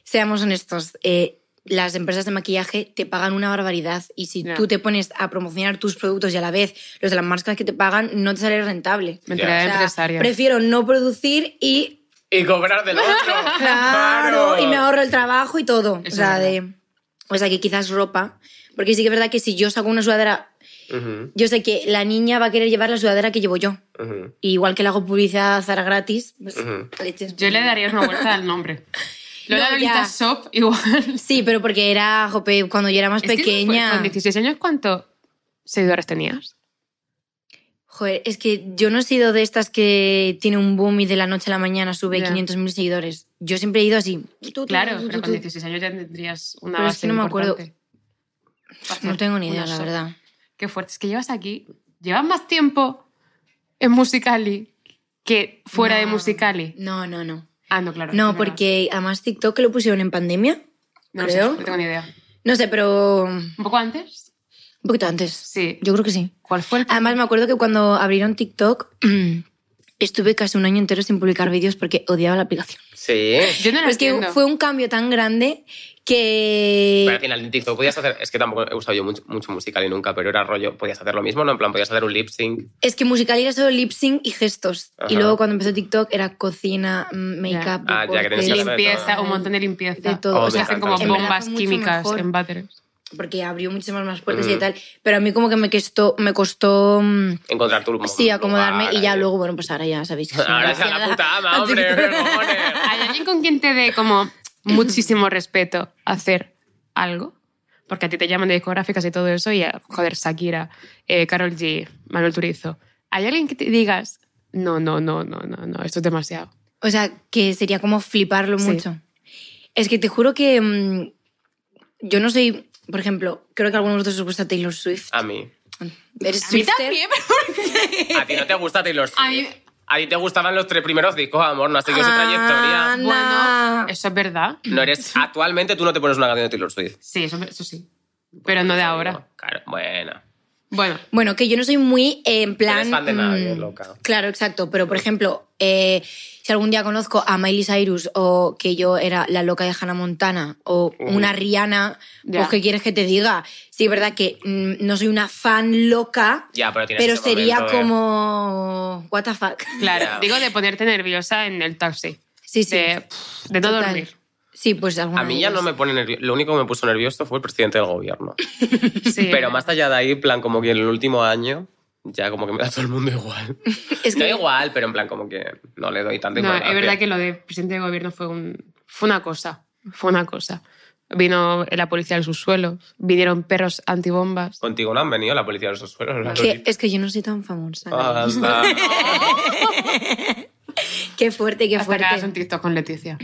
Speaker 3: seamos honestos, eh, las empresas de maquillaje te pagan una barbaridad y si
Speaker 4: Ya.
Speaker 3: tú te pones a promocionar tus productos y a la vez los de las marcas que te pagan, no te sale rentable.
Speaker 4: Mentalidad
Speaker 5: Ya.
Speaker 3: O sea,
Speaker 4: empresaria.
Speaker 3: prefiero no producir y
Speaker 5: Y cobrar del otro.
Speaker 3: claro, y me ahorro el trabajo y todo.
Speaker 4: Eso
Speaker 3: o sea,
Speaker 4: es verdad.
Speaker 3: de o sea, que quizás ropa, porque sí que es verdad que si yo saco una sudadera,
Speaker 5: Ujú,
Speaker 3: yo sé que la niña va a querer llevar la sudadera que llevo yo.
Speaker 5: ujú.
Speaker 3: Y igual que le hago publicidad a Zara gratis, pues,
Speaker 5: Ujú.
Speaker 3: le eches-
Speaker 4: Yo le daría una vuelta al nombre. Lola
Speaker 3: No,
Speaker 4: Lolita
Speaker 3: ya.
Speaker 4: Shop, igual.
Speaker 3: Sí, pero porque era, jope, cuando yo era más
Speaker 4: Es que
Speaker 3: pequeña.
Speaker 4: ¿Con 16 años cuántos seguidores tenías?
Speaker 3: Joder, es que yo no he sido de estas que tiene un boom y de la noche a la mañana sube
Speaker 4: Ya.
Speaker 3: 500.000 seguidores. Yo siempre he ido así. Tú, tú,
Speaker 4: Claro,
Speaker 3: tú, tú,
Speaker 4: pero
Speaker 3: tú.
Speaker 4: con 16 años ya tendrías una
Speaker 3: Pero es
Speaker 4: base
Speaker 3: que no me acuerdo.
Speaker 4: importante para hacer
Speaker 3: No tengo ni idea,
Speaker 4: una
Speaker 3: la
Speaker 4: shop.
Speaker 3: verdad.
Speaker 4: Qué fuerte, es que llevas aquí, llevas más tiempo en Musicali que fuera de
Speaker 3: No.
Speaker 4: Musicali.
Speaker 3: No, no, no.
Speaker 4: Ah, no, claro. es
Speaker 3: No,
Speaker 4: verdad.
Speaker 3: porque además TikTok lo pusieron en pandemia.
Speaker 4: No
Speaker 3: creo.
Speaker 4: sé, no tengo ni idea.
Speaker 3: No sé, pero
Speaker 4: ¿Un poco antes?
Speaker 3: Un poquito antes.
Speaker 4: Sí.
Speaker 3: Yo Ah, creo que sí.
Speaker 4: ¿Cuál fue el
Speaker 3: Además, me acuerdo que cuando abrieron TikTok, estuve casi un año entero sin publicar vídeos porque odiaba la aplicación.
Speaker 5: Sí.
Speaker 4: Yo no lo
Speaker 3: Pero es que
Speaker 4: entiendo.
Speaker 3: fue un cambio tan grande que.
Speaker 5: Pero al final en TikTok podías hacer. Es que tampoco he usado yo mucho, mucho musical y nunca, pero era rollo. Podías hacer lo mismo, ¿no? En plan, podías hacer un lip sync.
Speaker 3: Es que musical era solo lip sync y gestos.
Speaker 5: Ajá.
Speaker 3: Y luego cuando empezó TikTok era cocina, mm, make-up,
Speaker 5: Ah, ya que
Speaker 3: deportes,
Speaker 5: tenías que hacer de
Speaker 4: Limpieza,
Speaker 5: todo.
Speaker 4: un montón de limpieza.
Speaker 3: de todo.
Speaker 5: Oh,
Speaker 3: o
Speaker 5: me
Speaker 3: sea,
Speaker 5: encanta
Speaker 4: Hacen como
Speaker 5: en verdad
Speaker 4: bombas
Speaker 3: fue mucho
Speaker 4: químicas em.
Speaker 3: mejor,
Speaker 4: en váteres.
Speaker 3: Porque abrió muchísimas más puertas
Speaker 5: Mm.
Speaker 3: y tal. Pero a mí como que me costó, me costó mm,
Speaker 5: Encontrar tu
Speaker 3: sí, acomodarme
Speaker 5: lugar
Speaker 3: y ya
Speaker 5: ahí.
Speaker 3: luego, bueno, pues ahora ya sabéis que soy una
Speaker 5: Pues Ahora es a la
Speaker 3: vaciada.
Speaker 5: puta ama, hombre. qué cojones.
Speaker 4: ¿Hay alguien con quien te dé como muchísimo respeto hacer algo? Porque a ti te llaman de discográficas y todo eso y, a- joder, Shakira, Carol G, Manuel Turizo. ¿Hay alguien que te digas, no, no, no, no, no, no, esto es demasiado?
Speaker 3: O sea, que sería como fliparlo
Speaker 4: Sí.
Speaker 3: mucho. Es que te juro que mm, yo no soy, por ejemplo, creo que a algunos de vosotros os gusta Taylor Swift.
Speaker 5: A mí.
Speaker 3: ¿Eres
Speaker 4: A mí
Speaker 3: Swifter?
Speaker 4: también,
Speaker 5: A ti no te gusta Taylor Swift.
Speaker 4: A mí-
Speaker 5: A ti te gustaban los tres primeros discos, amor. No has seguido esa
Speaker 3: Ah,
Speaker 5: trayectoria.
Speaker 4: pero
Speaker 3: No.
Speaker 4: bueno, eso es verdad.
Speaker 5: No eres. Actualmente tú no te pones una canción de Taylor Swift.
Speaker 4: Sí, eso, eso sí. Pero no de ahora.
Speaker 5: Claro, bueno.
Speaker 4: Bueno,
Speaker 3: Bueno, que yo no soy muy eh, en plan.
Speaker 5: eres fan de nadie,
Speaker 3: mm,
Speaker 5: loca.
Speaker 3: Claro, exacto. Pero por ejemplo, eh, si algún día conozco a Miley Cyrus o que yo era la loca de Hannah Montana o
Speaker 5: Ujú.
Speaker 3: una Rihanna,
Speaker 4: Ya.
Speaker 3: pues ¿qué quieres que te diga? Sí, es verdad que mm, no soy una fan loca,
Speaker 5: Ya, pero tienes
Speaker 3: pero
Speaker 5: ese
Speaker 3: sería
Speaker 5: momento eh. de-
Speaker 3: como. ¿What the fuck?
Speaker 4: claro,
Speaker 5: Ya.
Speaker 4: digo de ponerte nerviosa en el taxi.
Speaker 3: Sí, sí.
Speaker 4: De, pff, de no
Speaker 3: Total.
Speaker 4: dormir.
Speaker 3: Sí, pues alguna
Speaker 5: A mí
Speaker 3: de
Speaker 5: ya
Speaker 3: ellas.
Speaker 5: no me pone nervioso. Lo único que me puso nervioso fue el presidente del gobierno.
Speaker 4: Sí.
Speaker 5: Pero más allá de ahí, plan, como que en el último año, ya como que me da todo el mundo igual.
Speaker 3: Es
Speaker 5: No
Speaker 3: que-
Speaker 5: igual, pero en plan, como que no le doy tanta
Speaker 4: No,
Speaker 5: importancia.
Speaker 4: es verdad que lo de presidente de gobierno fue, un, fue una cosa. Fue una cosa. Vino la policía del subsuelo, vinieron perros antibombas.
Speaker 5: Contigo no han venido la policía de los suelos. la
Speaker 3: que-
Speaker 5: Loli.
Speaker 3: es que yo no soy tan famosa.
Speaker 5: Ah, anda.
Speaker 3: Qué fuerte, qué
Speaker 4: Hasta que hagas un
Speaker 3: fuerte.
Speaker 4: TikTok con Leticia.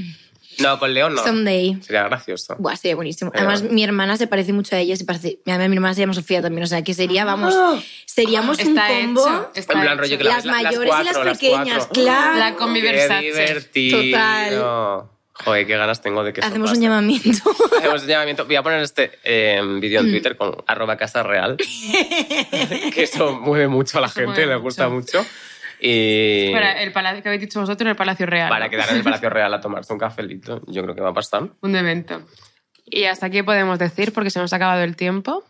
Speaker 5: No, con León no.
Speaker 3: Someday.
Speaker 5: Sería gracioso.
Speaker 3: Buah, sería buenísimo.
Speaker 5: Ahí va.
Speaker 3: Además, mi hermana se parece mucho a ella. Se parece, mi mi hermana se llama Sofía también. O sea, que sería, vamos, seríamos un
Speaker 4: Está
Speaker 3: combo.
Speaker 4: hecho. Está
Speaker 5: En plan
Speaker 4: hecho.
Speaker 5: rollo que la-
Speaker 3: Las
Speaker 5: Ah. las
Speaker 3: mayores y las
Speaker 5: cuatro, las
Speaker 3: pequeñas,
Speaker 5: cuatro.
Speaker 3: claro.
Speaker 4: La combi Versace.
Speaker 5: Qué divertido.
Speaker 3: Total.
Speaker 5: Joder, qué ganas tengo de que eso
Speaker 3: Hacemos
Speaker 5: pase.
Speaker 3: un llamamiento.
Speaker 5: Hacemos un llamamiento. Voy a poner este eh, vídeo
Speaker 3: Mm.
Speaker 5: en Twitter con arroba casa real. que eso mueve mucho a la
Speaker 4: Eso
Speaker 5: gente,
Speaker 4: mueve
Speaker 5: le gusta mucho. Y
Speaker 4: Espera, el palacio que habéis dicho vosotros, el Palacio Real.
Speaker 5: para
Speaker 4: ¿no?
Speaker 5: quedar en el Palacio Real a tomarse un cafelito, yo creo que va a pasar.
Speaker 4: Un evento. Y hasta aquí podemos decir porque se nos ha acabado el tiempo.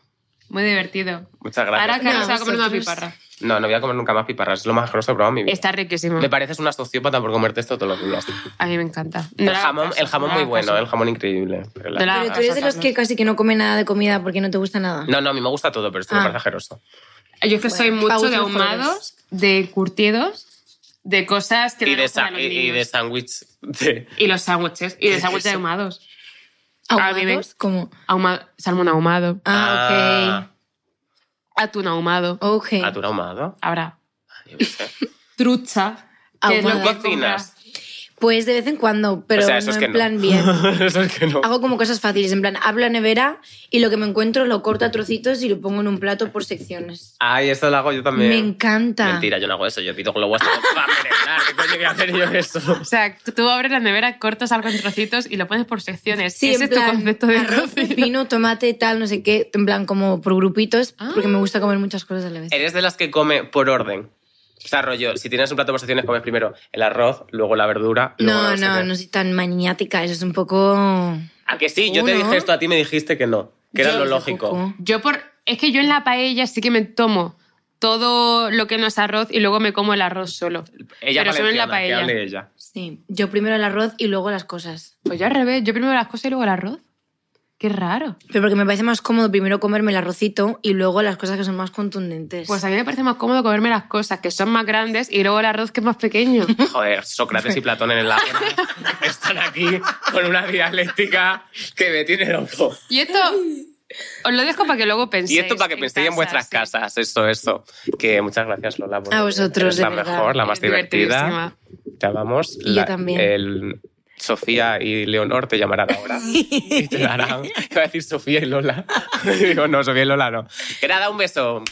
Speaker 4: Muy divertido.
Speaker 5: Muchas
Speaker 4: Ahora Carlos
Speaker 5: gracias.
Speaker 4: se va a
Speaker 3: Nada,
Speaker 4: comer una
Speaker 3: vosotros.
Speaker 4: piparra.
Speaker 5: No, no voy a comer nunca más piparras. Es lo más grosso que he probado en mi vida.
Speaker 4: Está riquísimo.
Speaker 5: Me pareces una sociópata por comerte esto todos los días.
Speaker 4: A mí me encanta. No
Speaker 5: El
Speaker 4: le hagas
Speaker 5: jamón,
Speaker 4: caso,
Speaker 5: el jamón
Speaker 4: no le
Speaker 5: muy
Speaker 4: hagas
Speaker 5: bueno,
Speaker 4: caso.
Speaker 5: el jamón increíble. Pero la-
Speaker 4: No le hagas
Speaker 3: Pero tú
Speaker 4: caso,
Speaker 3: eres de los
Speaker 4: Carlos.
Speaker 3: que casi que no come nada de comida porque no te gusta nada.
Speaker 5: No, no, a mí me gusta todo, pero esto me
Speaker 3: Ah.
Speaker 5: parece ajeroso.
Speaker 4: Yo es que soy mucho
Speaker 3: Pavos
Speaker 4: de
Speaker 3: mejores.
Speaker 4: ahumado, de curtidos, de cosas que
Speaker 5: Y
Speaker 4: le
Speaker 5: de,
Speaker 4: gustan a
Speaker 5: sa-
Speaker 4: los
Speaker 5: y- y
Speaker 4: niños.
Speaker 5: de sándwich de...
Speaker 4: Y los sándwiches, y de sándwiches ahumados. A mí me-
Speaker 3: Ahumados, como.
Speaker 4: Ahuma- salmón ahumado,
Speaker 3: Ah,
Speaker 4: atún ahumado,
Speaker 3: ok. Ok.
Speaker 5: Ah, ¿Atún ahumado?
Speaker 4: habrá
Speaker 5: Ah, Yo qué sé.
Speaker 4: trucha. que es lo
Speaker 3: Ahumada.
Speaker 4: que compras.
Speaker 3: Pues de vez en cuando, pero
Speaker 5: o sea,
Speaker 3: no
Speaker 5: eso es
Speaker 3: en
Speaker 5: que
Speaker 3: plan
Speaker 5: no.
Speaker 3: bien.
Speaker 5: eso es que no.
Speaker 3: Hago como cosas fáciles, en plan, hablo a nevera y lo que me encuentro lo corto a trocitos y lo pongo en un plato por secciones.
Speaker 5: Ay, eso lo hago yo también.
Speaker 3: Me encanta.
Speaker 5: Mentira, yo no hago eso. Yo pido globos para merendar. ¿Qué coño voy a hacer yo eso?
Speaker 4: O sea, tú abres la nevera, cortas algo en trocitos y lo pones por secciones.
Speaker 3: Sí,
Speaker 4: Ese
Speaker 3: en
Speaker 4: es tu
Speaker 3: plan,
Speaker 4: concepto de
Speaker 3: arroz,
Speaker 4: cocina.
Speaker 3: pepino, tomate, tal, no sé qué, en plan como por grupitos,
Speaker 4: Ah.
Speaker 3: porque me gusta comer muchas cosas a la vez.
Speaker 5: ¿Eres de las que come por orden? O sea, rollo, si tienes un plato por secciones, comes primero el arroz, luego la verdura, luego
Speaker 3: No,
Speaker 5: la sé
Speaker 3: no,
Speaker 5: qué.
Speaker 3: no soy tan maniática, eso es un poco...
Speaker 5: ¿A que sí? Yo te
Speaker 3: Uno.
Speaker 5: dije esto a ti y me dijiste que no, que era
Speaker 3: Yo
Speaker 5: lo
Speaker 3: soy
Speaker 5: lógico.
Speaker 3: cucú.
Speaker 4: Yo por... Es que yo en la paella sí que me tomo todo lo que no es arroz y luego me como el arroz solo.
Speaker 5: Ella
Speaker 4: Pero solo en la
Speaker 5: valenciana, que
Speaker 4: paella.
Speaker 5: hable ella.
Speaker 3: Sí, yo primero el arroz y luego las cosas.
Speaker 4: Pues yo al revés, yo primero las cosas y luego el arroz. Qué raro.
Speaker 3: Pero porque me parece más cómodo primero comerme el arrocito y luego las cosas que son más contundentes.
Speaker 4: Pues a mí me parece más cómodo comerme las cosas que son más grandes y luego el arroz que es más pequeño.
Speaker 5: Joder, Sócrates y Platón en el agua están aquí con una dialéctica que me tiene loco.
Speaker 4: Y esto os lo dejo para que luego penséis.
Speaker 5: Y esto para que penséis en
Speaker 4: casa,
Speaker 5: vuestras
Speaker 4: sí.
Speaker 5: casas, eso, eso. Que muchas gracias, Lola. por
Speaker 3: A
Speaker 5: venir.
Speaker 3: vosotros,
Speaker 5: Eres
Speaker 3: de
Speaker 5: la
Speaker 3: verdad.
Speaker 5: mejor, la más divertida.
Speaker 4: Divertidísima.
Speaker 5: Te amamos.
Speaker 3: Y yo
Speaker 5: La-
Speaker 3: también.
Speaker 5: el- Sofía y Leonor te llamarán ahora y te darán. Iba a decir Sofía y Lola. Digo, no, Sofía y Lola no. Que nada, un beso.